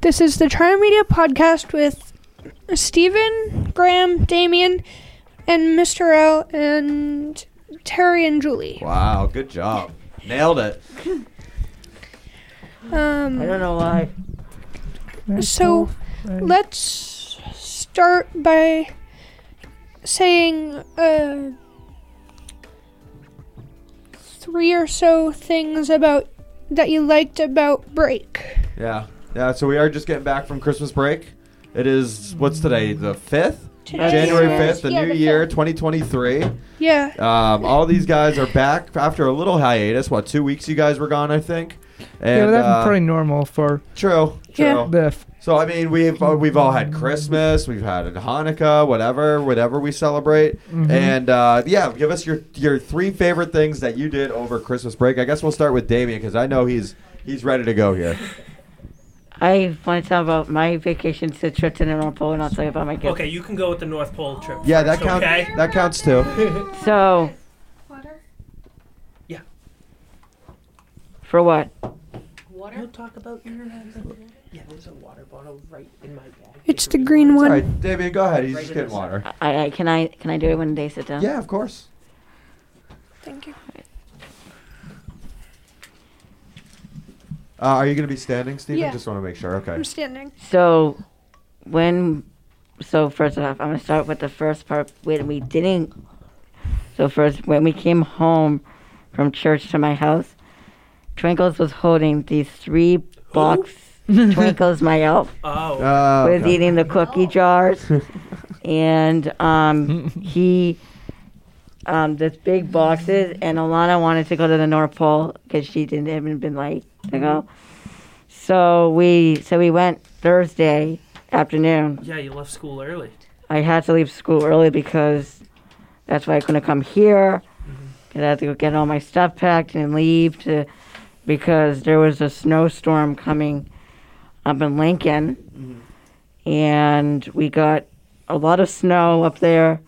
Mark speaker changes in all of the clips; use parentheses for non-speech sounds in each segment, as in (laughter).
Speaker 1: This is the Charter Media Podcast with Stephen, Graham, Damien, and Mr. L, and Terry and Julie.
Speaker 2: Wow, good job. Nailed it.
Speaker 3: I
Speaker 1: Um,
Speaker 3: don't know why.
Speaker 1: so let's start by saying uh, three or so things about that you liked about Break.
Speaker 2: Yeah. Yeah, so we are just getting back from Christmas break. It is, what's today, the 5th? January
Speaker 3: Yeah.
Speaker 2: 5th, the
Speaker 1: Yeah,
Speaker 2: new
Speaker 1: the
Speaker 2: year,
Speaker 1: fifth.
Speaker 2: 2023.
Speaker 1: Yeah.
Speaker 2: Um, all these guys are back after a little hiatus. What, two weeks you guys were gone, I think?
Speaker 4: yeah,
Speaker 2: And,
Speaker 4: but that's
Speaker 2: uh,
Speaker 4: pretty normal for
Speaker 2: true, true.
Speaker 1: Yeah.
Speaker 4: the. F-
Speaker 2: So I mean, we've uh, we've all had Christmas, we've had Hanukkah, whatever, whatever we celebrate, and uh, yeah, give us your your three favorite things that you did over Christmas break. I guess we'll start with Damien because I know he's he's ready to go here.
Speaker 3: I want to talk about my vacations to trips in the North Pole, and I'll tell you about my kids.
Speaker 5: Okay, you can go with the North Pole trip.
Speaker 2: Yeah, that
Speaker 5: first,
Speaker 2: counts.
Speaker 5: Okay.
Speaker 2: That counts too.
Speaker 3: So, for what?
Speaker 5: You talk about your. Yeah, there's a water bottle right in my bag.
Speaker 1: It's the green
Speaker 2: All
Speaker 1: one.
Speaker 2: right, Damien, go ahead. He's just getting water.
Speaker 3: I, I can I can I do it when they sit down?
Speaker 2: Yeah, of course.
Speaker 1: Thank you.
Speaker 2: Uh, are you going to be standing, Stephen?
Speaker 1: Yeah.
Speaker 2: Just want to make sure. Okay.
Speaker 1: I'm standing.
Speaker 3: So, when? So first off, I'm gonna start with the first part when we didn't. So first, when we came home from church to my house, Twinkles was holding these three box. Twinkles, my elf,
Speaker 5: Oh.
Speaker 2: Uh,
Speaker 3: was
Speaker 2: okay.
Speaker 3: eating the cookie jars, and um, he, um, this big boxes. And Alana wanted to go to the North Pole because she didn't haven't been like to go. So we so we went Thursday afternoon.
Speaker 5: Yeah, you left school early.
Speaker 3: I had to leave school early because that's why I couldn't come here. 'cause I had to go get all my stuff packed and leave to because there was a snowstorm coming up in Lincoln, and we got a lot of snow up there,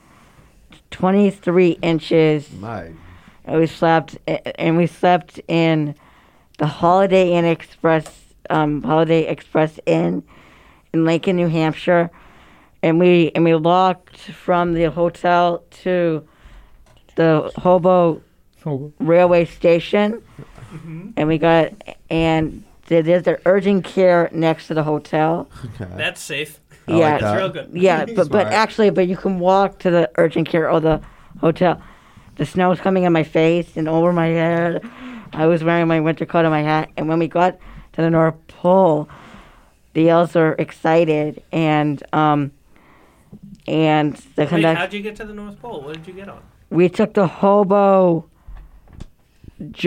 Speaker 3: 23 inches.
Speaker 2: My
Speaker 3: And we slept, and we slept in the Holiday Inn Express, um, Holiday Express Inn in Lincoln, New Hampshire, and we and we walked from the hotel to the Hobo
Speaker 4: oh,
Speaker 3: railway station, and we got and there- there's the urgent care next to the hotel.
Speaker 2: okay.
Speaker 5: That's safe.
Speaker 2: uh, I
Speaker 3: yeah,
Speaker 2: like that.
Speaker 5: That's real good.
Speaker 2: (laughs)
Speaker 3: yeah, but but
Speaker 2: Smart.
Speaker 3: actually, but you can walk to the urgent care or the hotel. The snow's coming in my face and over my head. I was wearing my winter coat and my hat, and when we got to the North Pole, the elves were excited and um and the
Speaker 5: Wait,
Speaker 3: conductor
Speaker 5: how'd you get to the North Pole? What did you get on?
Speaker 3: we took the hobo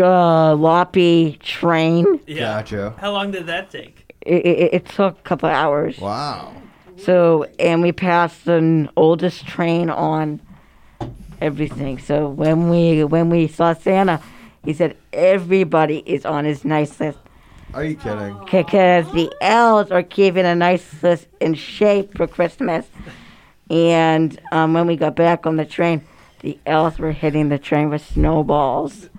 Speaker 3: jalopy train.
Speaker 2: Gotcha.
Speaker 5: How long did that take?
Speaker 3: It, it, it took a couple hours.
Speaker 2: Wow.
Speaker 3: So, and we passed the oldest train on everything. So when we when we saw Santa, he said everybody is on his nice list
Speaker 2: Are you kidding?
Speaker 3: because the elves are keeping a nice list in shape for Christmas. And um, when we got back on the train, the elves were hitting the train with snowballs.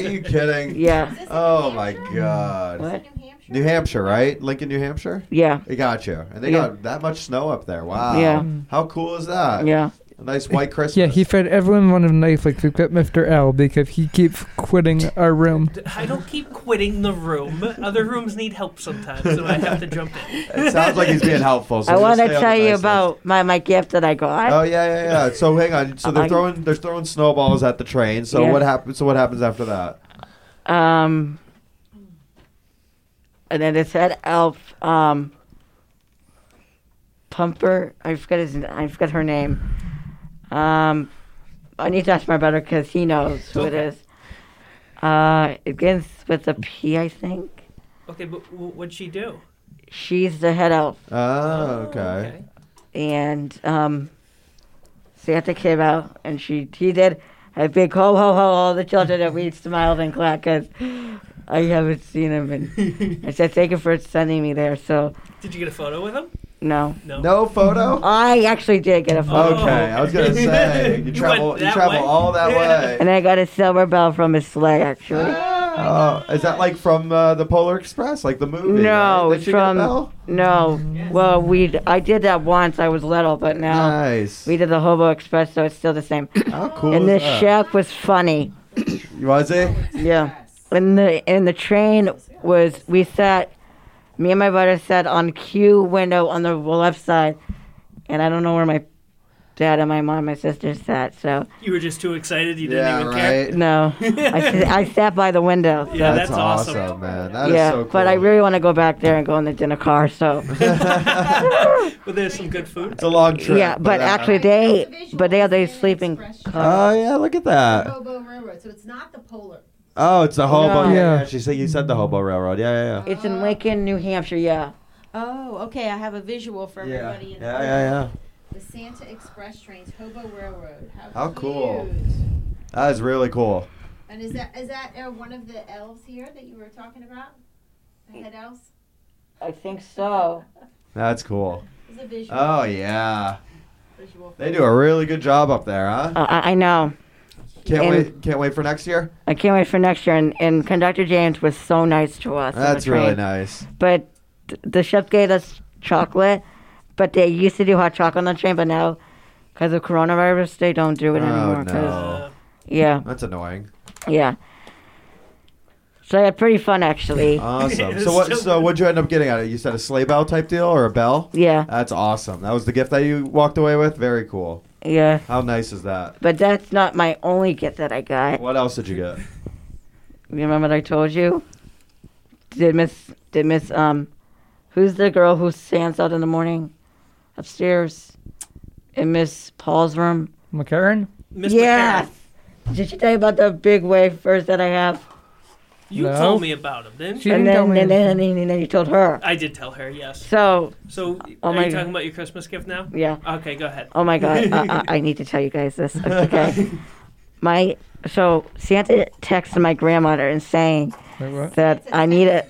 Speaker 5: (laughs)
Speaker 2: you kidding?
Speaker 3: Yeah,
Speaker 2: Oh my God.
Speaker 3: What?
Speaker 2: New Hampshire, right? Lincoln, New Hampshire.
Speaker 3: yeah.
Speaker 2: It got you, and they
Speaker 3: Yeah.
Speaker 2: got that much snow up there. Wow.
Speaker 3: Yeah.
Speaker 2: How cool is that?
Speaker 3: Yeah.
Speaker 2: A nice white Christmas.
Speaker 4: (laughs) yeah, he fed everyone one of knife like except Mr. L because he keeps quitting our room.
Speaker 5: I don't keep quitting the room. Other rooms need help sometimes, so I have to jump in.
Speaker 2: It sounds like he's being helpful. So
Speaker 3: I
Speaker 2: we'll
Speaker 3: want to
Speaker 2: stay on
Speaker 3: tell
Speaker 2: the
Speaker 3: you
Speaker 2: nice list.
Speaker 3: about my, my gift that I got.
Speaker 2: Oh yeah, yeah, yeah. So hang on. So they're
Speaker 3: I-
Speaker 2: throwing they're throwing snowballs at the train. So
Speaker 3: Uh-huh. Yeah.
Speaker 2: what happens? So what happens after that?
Speaker 3: Um, and then it said Elf. Um, Pumper. I forgot his. I forgot her name. Um, I need to ask my brother because he knows who it is. Uh, it begins with a P, I think.
Speaker 5: Okay, but w- what'd she do?
Speaker 3: She's the head elf,
Speaker 2: Oh, okay.
Speaker 3: and um, Santa came out, and she he did a big ho ho ho. All the children and we smiled and clapped because I haven't seen him in I said, thank you for sending me there. So,
Speaker 5: Did you get a photo with him?
Speaker 3: no.
Speaker 5: No.
Speaker 2: No photo.
Speaker 3: I actually did get a
Speaker 2: Okay,
Speaker 3: photo.
Speaker 5: Oh.
Speaker 2: I was
Speaker 3: (laughs)
Speaker 2: gonna say you
Speaker 5: You
Speaker 2: travel
Speaker 5: went
Speaker 2: you
Speaker 5: that
Speaker 2: travel
Speaker 5: way?
Speaker 2: all that way.
Speaker 3: And I got a silver bell from his sleigh, actually.
Speaker 2: Oh, is that like from uh, the Polar Express, like the movie?
Speaker 3: No,
Speaker 2: right? Did
Speaker 3: it's
Speaker 2: you get a
Speaker 3: from-
Speaker 2: bell?
Speaker 3: No. Well, we I did that once. I was little, but now
Speaker 2: Nice.
Speaker 3: we did the Hobo Express, so it's still the same.
Speaker 2: How cool is
Speaker 3: and the
Speaker 2: that?
Speaker 3: chef was funny.
Speaker 2: You want to see?
Speaker 3: Yeah. And the and the train was we sat. Me and my brother sat on Q window on the left side, and I don't know where my dad and my mom, and my sister sat. So
Speaker 6: You were just too excited. You didn't
Speaker 2: Yeah,
Speaker 6: even
Speaker 2: right.
Speaker 3: no, I, s- I sat by the
Speaker 2: (laughs)
Speaker 3: window. so-
Speaker 6: Yeah, that's awesome.
Speaker 2: man. That is
Speaker 3: yeah,
Speaker 2: so cool.
Speaker 3: but I really want to go back there and go in the dinner
Speaker 2: (laughs)
Speaker 3: car. So (laughs)
Speaker 6: care. well, there's some good food.
Speaker 2: it's a long trip.
Speaker 3: yeah, but
Speaker 2: uh,
Speaker 3: actually
Speaker 7: Right,
Speaker 3: they
Speaker 7: it's a
Speaker 3: but they are they
Speaker 7: visual
Speaker 3: sleeping
Speaker 7: expression.
Speaker 3: car.
Speaker 2: Oh yeah, look at that.
Speaker 7: Bobo Railroad, so it's not the polar.
Speaker 2: Oh, it's the hobo. Yeah,
Speaker 3: No.
Speaker 4: Yeah.
Speaker 2: yeah, she said you said the hobo railroad. Yeah, yeah, yeah.
Speaker 3: It's in Lincoln, New Hampshire. Yeah,
Speaker 7: Oh, okay. I have a visual for
Speaker 2: Yeah,
Speaker 7: everybody.
Speaker 2: yeah,
Speaker 7: in the
Speaker 2: yeah, yeah.
Speaker 7: The Santa Express trains, Hobo Railroad. How,
Speaker 2: How cool.
Speaker 7: cute.
Speaker 2: That is really cool.
Speaker 7: And is that is that uh, one of the elves here that you were talking about? The head elves?
Speaker 3: I think so.
Speaker 2: That's cool.
Speaker 7: It's a visual.
Speaker 2: Oh yeah,
Speaker 7: visual for
Speaker 2: they do a really good job up there, huh?
Speaker 3: Uh, I, I know.
Speaker 2: Can't
Speaker 3: and-
Speaker 2: wait, can't wait for next year.
Speaker 3: I can't wait for next year. And, and conductor James was so nice to us. on the
Speaker 2: That's really
Speaker 3: train.
Speaker 2: nice.
Speaker 3: But th- the chef gave us chocolate. But they used to do hot chocolate on the train, but now because of coronavirus, they don't do it
Speaker 2: Oh,
Speaker 3: anymore. 'cause-
Speaker 2: no.
Speaker 6: Uh,
Speaker 3: Yeah,
Speaker 2: That's
Speaker 3: (laughs)
Speaker 2: annoying.
Speaker 3: yeah. So yeah, pretty fun actually.
Speaker 2: Awesome.
Speaker 6: It's
Speaker 2: so what?
Speaker 6: still-
Speaker 2: So what'd you end up getting out of it? You said a sleigh bell type deal or a bell?
Speaker 3: yeah,
Speaker 2: That's awesome. That was the gift that you walked away with. Very cool.
Speaker 3: yeah.
Speaker 2: How nice is that?
Speaker 3: But that's not my only gift that I got.
Speaker 2: What else did you get?
Speaker 3: Remember what I told you? Did Miss did Miss um who's the girl who stands out in the morning upstairs in Miss Paul's room?
Speaker 4: McCarran?
Speaker 6: Miss
Speaker 3: Yes.
Speaker 6: McCarran,
Speaker 3: Did she tell you about the big wafers that I have?
Speaker 6: you
Speaker 4: No.
Speaker 6: told me about him, didn't
Speaker 4: She
Speaker 6: you?
Speaker 4: didn't
Speaker 3: and
Speaker 4: tell
Speaker 3: then
Speaker 4: me.
Speaker 3: and then, and then and then you told her.
Speaker 6: I did tell her, yes.
Speaker 3: So
Speaker 6: So,
Speaker 3: Oh
Speaker 6: are
Speaker 3: my
Speaker 6: you
Speaker 3: God.
Speaker 6: talking about your Christmas gift now?
Speaker 3: yeah.
Speaker 6: Okay, go ahead.
Speaker 3: Oh my god, I, I, I need to tell you guys this.
Speaker 4: (laughs)
Speaker 3: Okay. my so Santa texted my grandmother and saying
Speaker 4: Wait, what?
Speaker 3: that I need a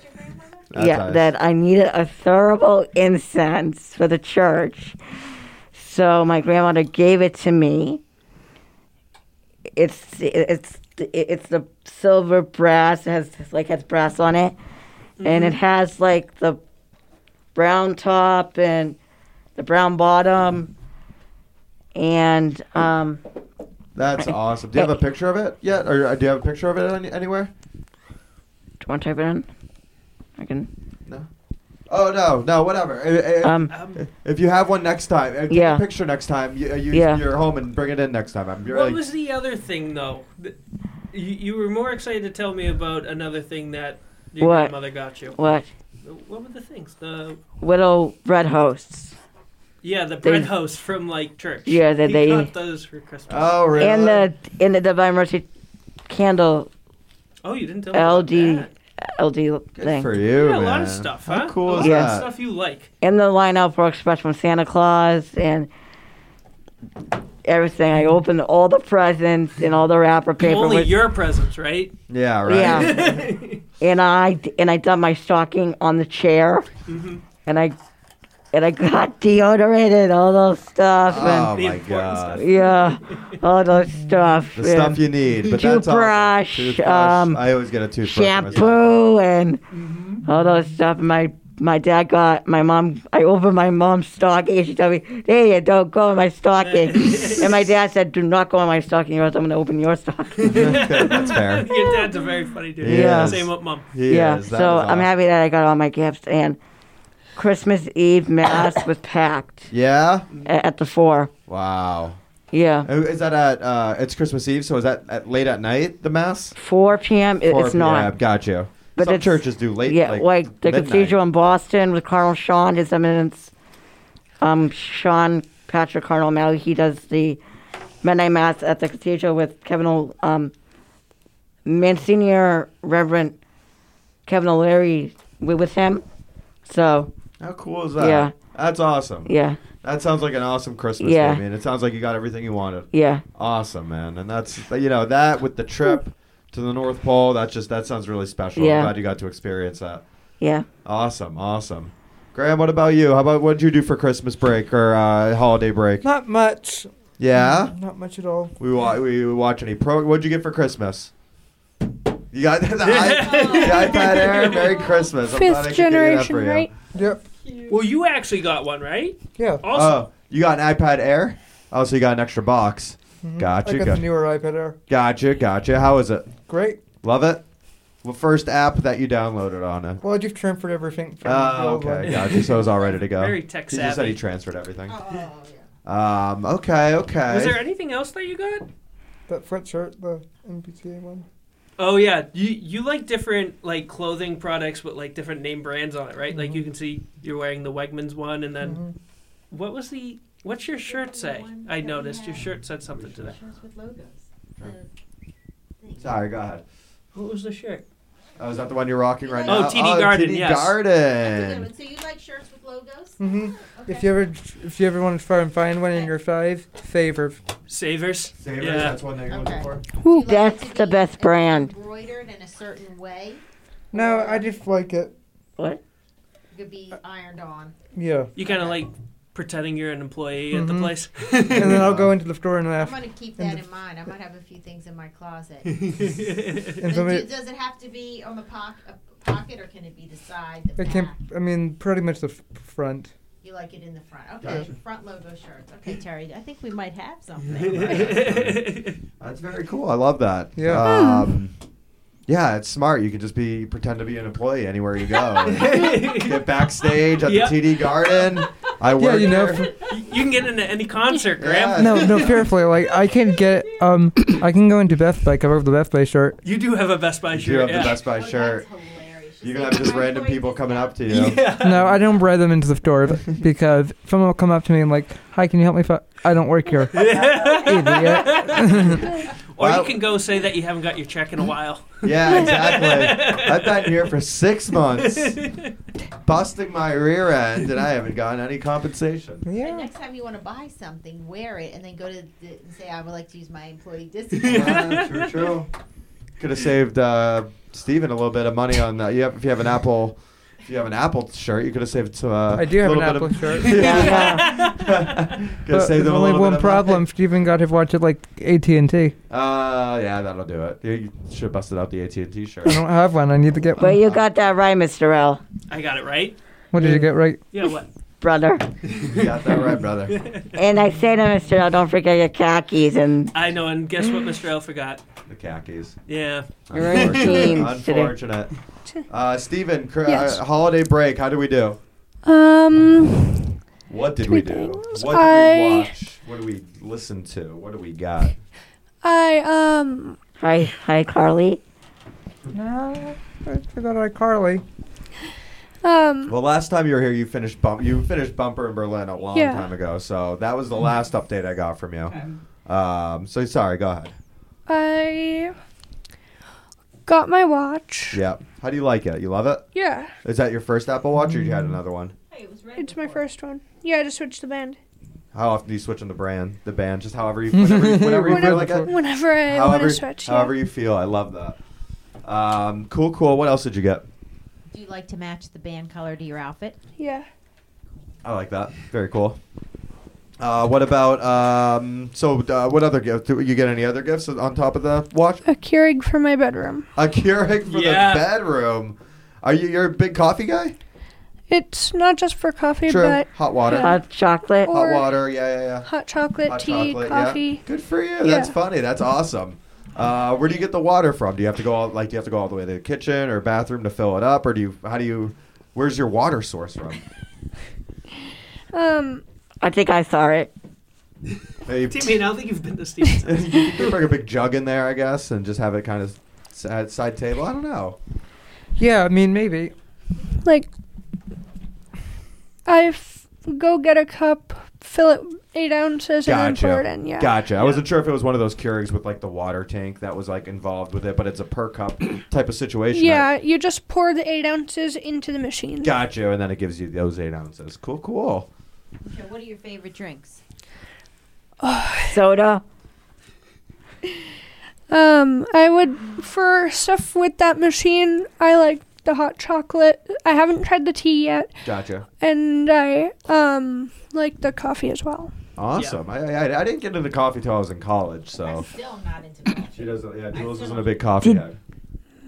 Speaker 2: That's
Speaker 3: yeah,
Speaker 2: nice.
Speaker 3: that I needed a thurible incense for the church. So my grandmother gave it to me. It's it's it's the silver brass. It has like has brass on it, and
Speaker 2: Mm-hmm.
Speaker 3: it has like the brown top and the brown bottom, and um,
Speaker 2: That's awesome. Do you have a picture of it yet, or uh, do you have a picture of it any, anywhere?
Speaker 3: do you want to type it in? I can.
Speaker 2: Oh no, no, whatever. If,
Speaker 3: Um,
Speaker 6: Um,
Speaker 2: if you have one next time, uh, take
Speaker 3: Yeah.
Speaker 2: a picture next time. You, uh, use
Speaker 3: Yeah.
Speaker 2: your home and bring it in next time. I'm
Speaker 6: what
Speaker 2: really
Speaker 6: was the other thing, though? Th- You, you were more excited to tell me about another thing that your
Speaker 3: What?
Speaker 6: grandmother got you.
Speaker 3: what
Speaker 6: What were the things? The
Speaker 3: widow red hosts?
Speaker 6: yeah, the bread
Speaker 3: They-
Speaker 6: host from like church.
Speaker 3: Yeah, that
Speaker 6: He
Speaker 3: they-
Speaker 6: got those for Christmas.
Speaker 2: Oh really?
Speaker 3: And the and the Divine Mercy candle
Speaker 6: oh, you didn't tell me
Speaker 3: LD
Speaker 6: about that.
Speaker 3: LD
Speaker 2: good
Speaker 3: thing.
Speaker 2: for you,
Speaker 6: You
Speaker 2: man.
Speaker 6: got a lot of stuff, huh?
Speaker 2: How cool
Speaker 6: a
Speaker 2: is
Speaker 6: lot
Speaker 2: that?
Speaker 6: Of stuff you like.
Speaker 3: And the line out for Express from Santa Claus and everything. I opened all the presents and all the wrapper paper
Speaker 6: Only
Speaker 3: was-
Speaker 6: your presents, right?
Speaker 2: Yeah, right.
Speaker 6: (laughs)
Speaker 3: Yeah. and I and I dumped my stocking on the chair
Speaker 2: Mm-hmm.
Speaker 6: Mhm.
Speaker 3: and I and I got deodorant and all those stuff
Speaker 2: Oh
Speaker 6: The
Speaker 2: my
Speaker 6: important
Speaker 2: god. (laughs)
Speaker 3: and yeah, all those stuff.
Speaker 2: The stuff
Speaker 3: and
Speaker 2: you need, but that's
Speaker 3: Toothbrush,
Speaker 2: awesome.
Speaker 3: um,
Speaker 2: I always get a toothbrush. for myself.
Speaker 3: shampoo and all those stuff. My my dad got my mom. I opened my mom's stocking. and She told me, "There you don't go in my
Speaker 2: (laughs)
Speaker 3: stocking." and my dad said, "Do not go in my stocking, or else I'm going to open your stocking."
Speaker 2: (laughs) that's fair.
Speaker 6: Your dad's a very funny dude.
Speaker 2: He Yeah. is.
Speaker 6: Same up, mom.
Speaker 2: He
Speaker 3: yeah.
Speaker 2: is.
Speaker 3: So
Speaker 2: That is
Speaker 3: I'm
Speaker 2: awesome.
Speaker 3: happy that I got all my gifts. And Christmas Eve mass was packed
Speaker 2: Yeah.
Speaker 3: a- at the four.
Speaker 2: Wow.
Speaker 3: Yeah,
Speaker 2: Uh, Is that at? Uh, it's Christmas Eve, so is that at late at night? The mass?
Speaker 3: four p.m. It,
Speaker 2: Or-
Speaker 3: it's not.
Speaker 2: Yeah, got you.
Speaker 3: But
Speaker 2: Some
Speaker 3: it's-
Speaker 2: churches do late.
Speaker 3: yeah,
Speaker 2: like,
Speaker 3: like, the
Speaker 2: midnight.
Speaker 3: cathedral in Boston with Cardinal Sean, His Eminence, um, Sean Patrick Cardinal O'Malley. He does the midnight mass at the cathedral with Kevin O, um, Monsignor Reverend Kevin O'Leary wi- with him. So
Speaker 2: How cool is that?
Speaker 3: Yeah.
Speaker 2: That's awesome.
Speaker 3: yeah,
Speaker 2: That sounds like an awesome Christmas.
Speaker 3: Yeah.
Speaker 2: Yeah. I mean, it sounds like you got everything you wanted.
Speaker 3: yeah,
Speaker 2: Awesome, man. And that's you know that with the trip to the North Pole. That's just that sounds really special.
Speaker 3: Yeah.
Speaker 2: I'm glad you got to experience that.
Speaker 3: yeah.
Speaker 2: Awesome, awesome. Graham, what about you? How about what did you do for Christmas break or uh, holiday break?
Speaker 4: Not much.
Speaker 2: Yeah,
Speaker 4: Not much at all.
Speaker 2: we wa- we watch any pro. What'd you get for Christmas? You got (laughs)
Speaker 6: (laughs)
Speaker 2: the, i- the iPad Air. Merry Christmas. I'm glad I
Speaker 1: Fifth
Speaker 2: could get it up
Speaker 1: generation,
Speaker 2: for you.
Speaker 1: right?
Speaker 4: Yep.
Speaker 6: Well, you actually got one, right?
Speaker 4: Yeah.
Speaker 6: Also,
Speaker 2: Oh, you got an iPad Air. Oh, so you got an extra box. Gotcha.
Speaker 4: Mm-hmm. I got
Speaker 2: got-
Speaker 4: the newer iPad Air.
Speaker 2: Gotcha. Gotcha. How is it?
Speaker 4: Great.
Speaker 2: Love it. What first app that you downloaded on it?
Speaker 4: Well, I just transferred everything. From the
Speaker 2: Oh,
Speaker 4: old
Speaker 2: okay.
Speaker 4: one.
Speaker 2: Gotcha. So it was all ready to go.
Speaker 6: (laughs) very tech
Speaker 2: He just said he
Speaker 6: savvy.
Speaker 2: transferred everything.
Speaker 7: Oh, yeah.
Speaker 2: Um. Okay. Okay.
Speaker 6: Was there anything else that you got?
Speaker 4: (laughs) That sweatshirt, the MBTA one.
Speaker 6: Oh yeah, you you like different like clothing products with like different name brands on it, right? Like you can see you're wearing the Wegmans one, and then
Speaker 4: Mhm.
Speaker 6: what was Mm-hmm. the what's your shirt say?
Speaker 7: One
Speaker 6: I
Speaker 7: that we
Speaker 6: noticed your
Speaker 7: had.
Speaker 6: shirt said something to that.
Speaker 7: Shirts with logos.
Speaker 2: Sorry. Go ahead.
Speaker 6: What was the shirt?
Speaker 2: Oh, is that the one you're rocking right
Speaker 6: Oh,
Speaker 2: now?
Speaker 6: TD Garden,
Speaker 2: TD
Speaker 6: yes.
Speaker 2: Garden.
Speaker 7: So you like shirts with logos?
Speaker 3: Mm.
Speaker 4: Mhm.
Speaker 7: Okay.
Speaker 4: If you ever, if you ever want to try and find one in your size, favor.
Speaker 6: Savers.
Speaker 2: Savers,
Speaker 6: Yeah.
Speaker 2: that's one that you're looking
Speaker 7: Okay.
Speaker 2: for.
Speaker 7: Do you like
Speaker 3: That's
Speaker 7: it to
Speaker 3: the
Speaker 7: be
Speaker 3: best brand.
Speaker 7: Embroidered in a certain way.
Speaker 4: No,
Speaker 7: or
Speaker 4: I just like it.
Speaker 3: What?
Speaker 7: it could be ironed on.
Speaker 4: Yeah.
Speaker 6: You kind of like pretending you're an employee at the
Speaker 2: Mm-hmm.
Speaker 4: Mhm.
Speaker 6: place.
Speaker 4: And
Speaker 2: (laughs)
Speaker 4: then
Speaker 6: (laughs)
Speaker 4: I'll go into the store and
Speaker 7: I'm
Speaker 4: laugh.
Speaker 7: gonna keep
Speaker 4: And
Speaker 7: that
Speaker 4: the-
Speaker 7: in mind. I might have a few things in my closet.
Speaker 4: And
Speaker 7: But do-
Speaker 4: somebody,
Speaker 7: does it have to be on the poc- a pocket, or can it be the side, the
Speaker 4: it
Speaker 7: back?
Speaker 4: can. I mean, pretty much the f- front.
Speaker 7: You like it in the front? Okay, front logo shirts. Okay, Terry, I think we might have
Speaker 6: (laughs)
Speaker 7: something.
Speaker 6: yeah,
Speaker 2: That's very cool. I love that.
Speaker 4: Yeah.
Speaker 2: Um, yeah, it's smart. You can just be pretend to be an employee anywhere you
Speaker 4: (laughs)
Speaker 2: go. Get backstage at
Speaker 6: Yep.
Speaker 2: the TD Garden. I work
Speaker 4: yeah, you know.
Speaker 2: here.
Speaker 4: for-
Speaker 6: you can get into any concert, Graham.
Speaker 2: Yeah.
Speaker 4: no, no, seriously, like I can get um, I can go into Best Buy, cover up the Best Buy shirt.
Speaker 6: You do have a Best Buy
Speaker 2: You do
Speaker 6: shirt.
Speaker 2: have
Speaker 6: yeah.
Speaker 2: the Best Buy
Speaker 7: Oh,
Speaker 2: shirt.
Speaker 7: That's hilarious.
Speaker 2: You can have just
Speaker 7: I'm
Speaker 2: random
Speaker 7: going
Speaker 2: people
Speaker 7: to
Speaker 2: coming
Speaker 7: stop.
Speaker 2: up to you.
Speaker 4: No, I don't bribe them into the (laughs) store b- because someone will come up to me and like, "Hi, can you help me?" Fu-? I don't work (laughs) here, idiot.
Speaker 6: Or
Speaker 2: Wow.
Speaker 6: you can go say that you haven't got your check in a while.
Speaker 2: Yeah, exactly. I've been here for six months,
Speaker 4: (laughs)
Speaker 2: busting my rear end, and I haven't gotten any compensation.
Speaker 7: And
Speaker 4: Yeah.
Speaker 7: next time you want to buy something, wear it, and then go to the, and say, "I would like to use
Speaker 2: (laughs)
Speaker 7: my employee discount."
Speaker 2: Yeah, true, true. Could have saved uh, Steven a little bit of money on that. You have, if you have an Apple, if you have an Apple shirt, you could have saved some. Uh,
Speaker 4: I do have an
Speaker 2: little
Speaker 4: Apple
Speaker 2: bit
Speaker 4: shirt.
Speaker 1: (laughs)
Speaker 2: (laughs) yeah. could have
Speaker 4: But
Speaker 2: saved
Speaker 4: there's
Speaker 2: them a
Speaker 4: only
Speaker 2: little bit
Speaker 4: one
Speaker 2: of
Speaker 4: problem.
Speaker 2: money.
Speaker 4: Steven got to watch it like AT and T.
Speaker 2: Uh, yeah, that'll do it. You should have busted out the AT and T shirt.
Speaker 4: I don't have one. I need to get
Speaker 3: But
Speaker 4: one.
Speaker 3: you got that right, Mr. L.
Speaker 6: I got it right.
Speaker 4: What did you get right?
Speaker 6: Yeah, what?
Speaker 3: Brother.
Speaker 2: (laughs) You got that right, brother.
Speaker 3: And I say to Mr. L, don't forget your khakis and
Speaker 6: I know, and guess what Mr. L forgot?
Speaker 2: The khakis.
Speaker 6: Yeah.
Speaker 3: You're in jeans today.
Speaker 2: Unfortunate. Uh, Steven, cr-
Speaker 1: Yes.
Speaker 2: uh, holiday break. How do we do?
Speaker 1: Um,
Speaker 2: What did
Speaker 1: Three
Speaker 2: we do?
Speaker 1: things.
Speaker 2: What did we
Speaker 1: I-
Speaker 2: watch? What do we listen to? What do we got?
Speaker 1: I um,
Speaker 3: hi, hi, Carly.
Speaker 4: No, I forgot iCarly.
Speaker 1: um,
Speaker 2: Well, last time you were here, you finished bump. You finished Bumper in Berlin a long
Speaker 1: Yeah.
Speaker 2: time ago, so that was the last update I got from you. Um, so sorry. Go ahead.
Speaker 1: I got my watch.
Speaker 2: Yeah. How do you like it? You love it?
Speaker 1: Yeah,
Speaker 2: Is that your first Apple Watch, or you
Speaker 1: Mm.
Speaker 2: had another one?
Speaker 7: Hey, it was red
Speaker 1: it's my
Speaker 7: before.
Speaker 1: first one. Yeah, I just switched the band.
Speaker 2: How often do you switch on the brand? The band, just however you, whenever you, whenever you
Speaker 1: (laughs) Whenever,
Speaker 2: feel like it.
Speaker 1: whenever I want
Speaker 2: However,
Speaker 1: to switch. yeah.
Speaker 2: however you feel. I love that. Um, cool, cool. What else did you get?
Speaker 7: (laughs) Do you like to match the band color to your outfit?
Speaker 1: yeah.
Speaker 2: I like that. Very cool. Uh, what about um, so? Uh, what other gift? Do you get any other gifts on top of the watch?
Speaker 1: A Keurig for my bedroom.
Speaker 2: A Keurig for
Speaker 6: Yeah.
Speaker 2: the bedroom. Are you you're a big coffee guy?
Speaker 1: It's not just for coffee, but
Speaker 2: Hot water. Hot,
Speaker 3: Hot chocolate.
Speaker 1: Or-
Speaker 2: water. Yeah, yeah,
Speaker 1: hot chocolate,
Speaker 2: yeah. Hot
Speaker 1: tea,
Speaker 2: chocolate. Yeah.
Speaker 1: coffee.
Speaker 2: Good for you. That's
Speaker 1: Yeah.
Speaker 2: funny. That's awesome. Uh, where do you get the water from? Do you have to go all like do you have to go all the way to the kitchen or bathroom to fill it up, or do you how do you where's your water source from?
Speaker 1: Um,
Speaker 3: I think I saw it.
Speaker 2: Hey,
Speaker 6: Timmy, I don't think you've been to Steve's
Speaker 2: (laughs)
Speaker 6: house.
Speaker 2: you (laughs) could bring a big jug in there, I guess, and just have it kind of s- at side table. I don't know.
Speaker 4: Yeah, I mean maybe.
Speaker 1: like I f- go get a cup, fill it eight ounces, and then pour it in. Yeah.
Speaker 2: Gotcha. I wasn't sure if it was one of those Keurigs with like the water tank that was like involved with it, but it's a per
Speaker 3: (coughs)
Speaker 2: cup type of situation.
Speaker 1: Yeah,
Speaker 2: right?
Speaker 1: you just pour the eight ounces into the machine.
Speaker 2: Gotcha. And then it gives you those eight ounces. Cool, cool.
Speaker 7: Okay, what are your favorite drinks?
Speaker 3: Soda.
Speaker 1: Um, I would for stuff with that machine. I like the hot chocolate. I haven't tried the tea yet,
Speaker 2: Gotcha.
Speaker 1: and I um like the coffee as well.
Speaker 2: Awesome. I, I I didn't get into coffee till I was in college, so
Speaker 3: (laughs)
Speaker 7: I'm still not into coffee.
Speaker 2: (laughs) she doesn't. Yeah, Jules isn't a big coffee
Speaker 3: Did-
Speaker 2: guy.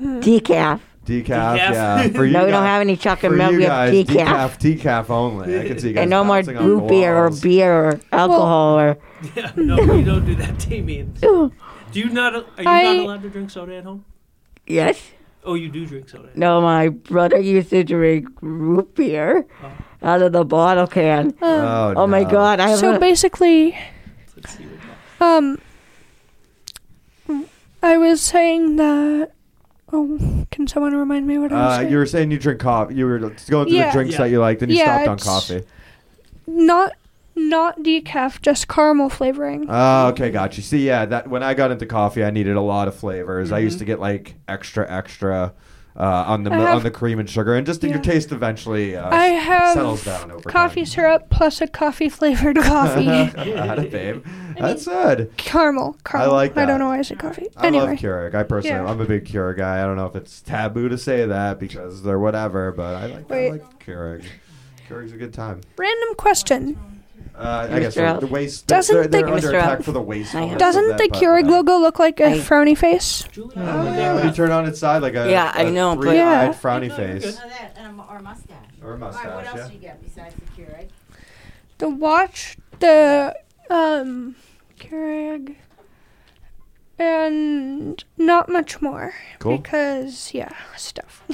Speaker 3: decaf.
Speaker 2: Decaf,
Speaker 6: Decaf.
Speaker 2: (laughs) yeah. For you
Speaker 3: No, we don't
Speaker 2: guys-
Speaker 3: have any chocolate
Speaker 2: for
Speaker 3: milk.
Speaker 2: you
Speaker 3: We have
Speaker 2: guys,
Speaker 3: decaf.
Speaker 2: decaf, decaf only. I can see you guys
Speaker 3: (laughs) And no more
Speaker 2: bouncing on
Speaker 3: root beer or
Speaker 2: walls.
Speaker 3: beer or alcohol or.
Speaker 6: Yeah, no, you don't do that, Damien. Do you not? Are you
Speaker 1: I-
Speaker 6: not allowed to drink soda at home?
Speaker 3: Yes.
Speaker 6: Oh, you do drink soda.
Speaker 3: No, my brother used to drink root beer
Speaker 6: Oh.
Speaker 3: out of the bottle can.
Speaker 2: Uh,
Speaker 1: Um,
Speaker 3: Oh, my
Speaker 2: no.
Speaker 3: God! I have
Speaker 1: so
Speaker 3: a,
Speaker 1: basically,
Speaker 6: Let's see what that.
Speaker 1: um, I was saying that. Oh, can someone remind me what I was
Speaker 2: Uh,
Speaker 1: saying?
Speaker 2: you were saying you drink coffee. You were going through
Speaker 1: Yeah.
Speaker 2: the drinks
Speaker 6: Yeah.
Speaker 2: that you liked, and you
Speaker 1: Yeah,
Speaker 2: stopped on
Speaker 1: it's-
Speaker 2: coffee.
Speaker 1: not not decaf, just caramel flavoring.
Speaker 2: Oh, okay, got you. See, yeah, that when I got into coffee, I needed a lot of flavors. I used to get like extra, extra uh, on the
Speaker 1: Mm-hmm. I
Speaker 2: mil-
Speaker 1: have-
Speaker 2: on the cream and sugar, and just
Speaker 1: Yeah.
Speaker 2: your taste eventually uh,
Speaker 1: I have
Speaker 2: settles down over
Speaker 1: coffee
Speaker 2: time.
Speaker 1: syrup plus a coffee
Speaker 2: (laughs)
Speaker 1: flavored coffee. (laughs)
Speaker 2: Got it, babe. That's good.
Speaker 1: caramel, caramel.
Speaker 2: like
Speaker 1: I don't
Speaker 2: that.
Speaker 1: know why I said coffee.
Speaker 2: I love
Speaker 1: anyway,
Speaker 2: Keurig. I personally,
Speaker 1: Yeah.
Speaker 2: I'm a big Keurig guy. I don't know if it's taboo to say that because they're whatever, but I like, I
Speaker 1: Wait.
Speaker 2: like Keurig. Keurig's a good time.
Speaker 1: random question.
Speaker 2: Uh, I
Speaker 3: Mr.
Speaker 2: guess the,
Speaker 3: Elf.
Speaker 2: the waist.
Speaker 1: Doesn't
Speaker 2: they're, they're
Speaker 1: the-
Speaker 2: under
Speaker 3: Mr.
Speaker 2: attack
Speaker 3: Elf.
Speaker 2: for the waist.
Speaker 3: I am.
Speaker 1: Doesn't the Keurig logo look like a
Speaker 3: I-
Speaker 1: frowny face?
Speaker 6: Julie,
Speaker 2: Oh, yeah, when
Speaker 1: (laughs)
Speaker 2: you turn on its side like a
Speaker 3: Yeah, I
Speaker 2: a
Speaker 3: know, but-
Speaker 2: three-eyed
Speaker 1: Yeah.
Speaker 2: frowny
Speaker 6: No, you're
Speaker 2: face
Speaker 7: Oh, that, and a, or a mustache.
Speaker 2: or a
Speaker 7: All right, what
Speaker 2: mustache.
Speaker 7: else
Speaker 2: yeah.
Speaker 7: do you get besides the Keurig?
Speaker 1: The watch, the um Keurig, and not much more
Speaker 2: Cool.
Speaker 1: because yeah, stuff. (laughs)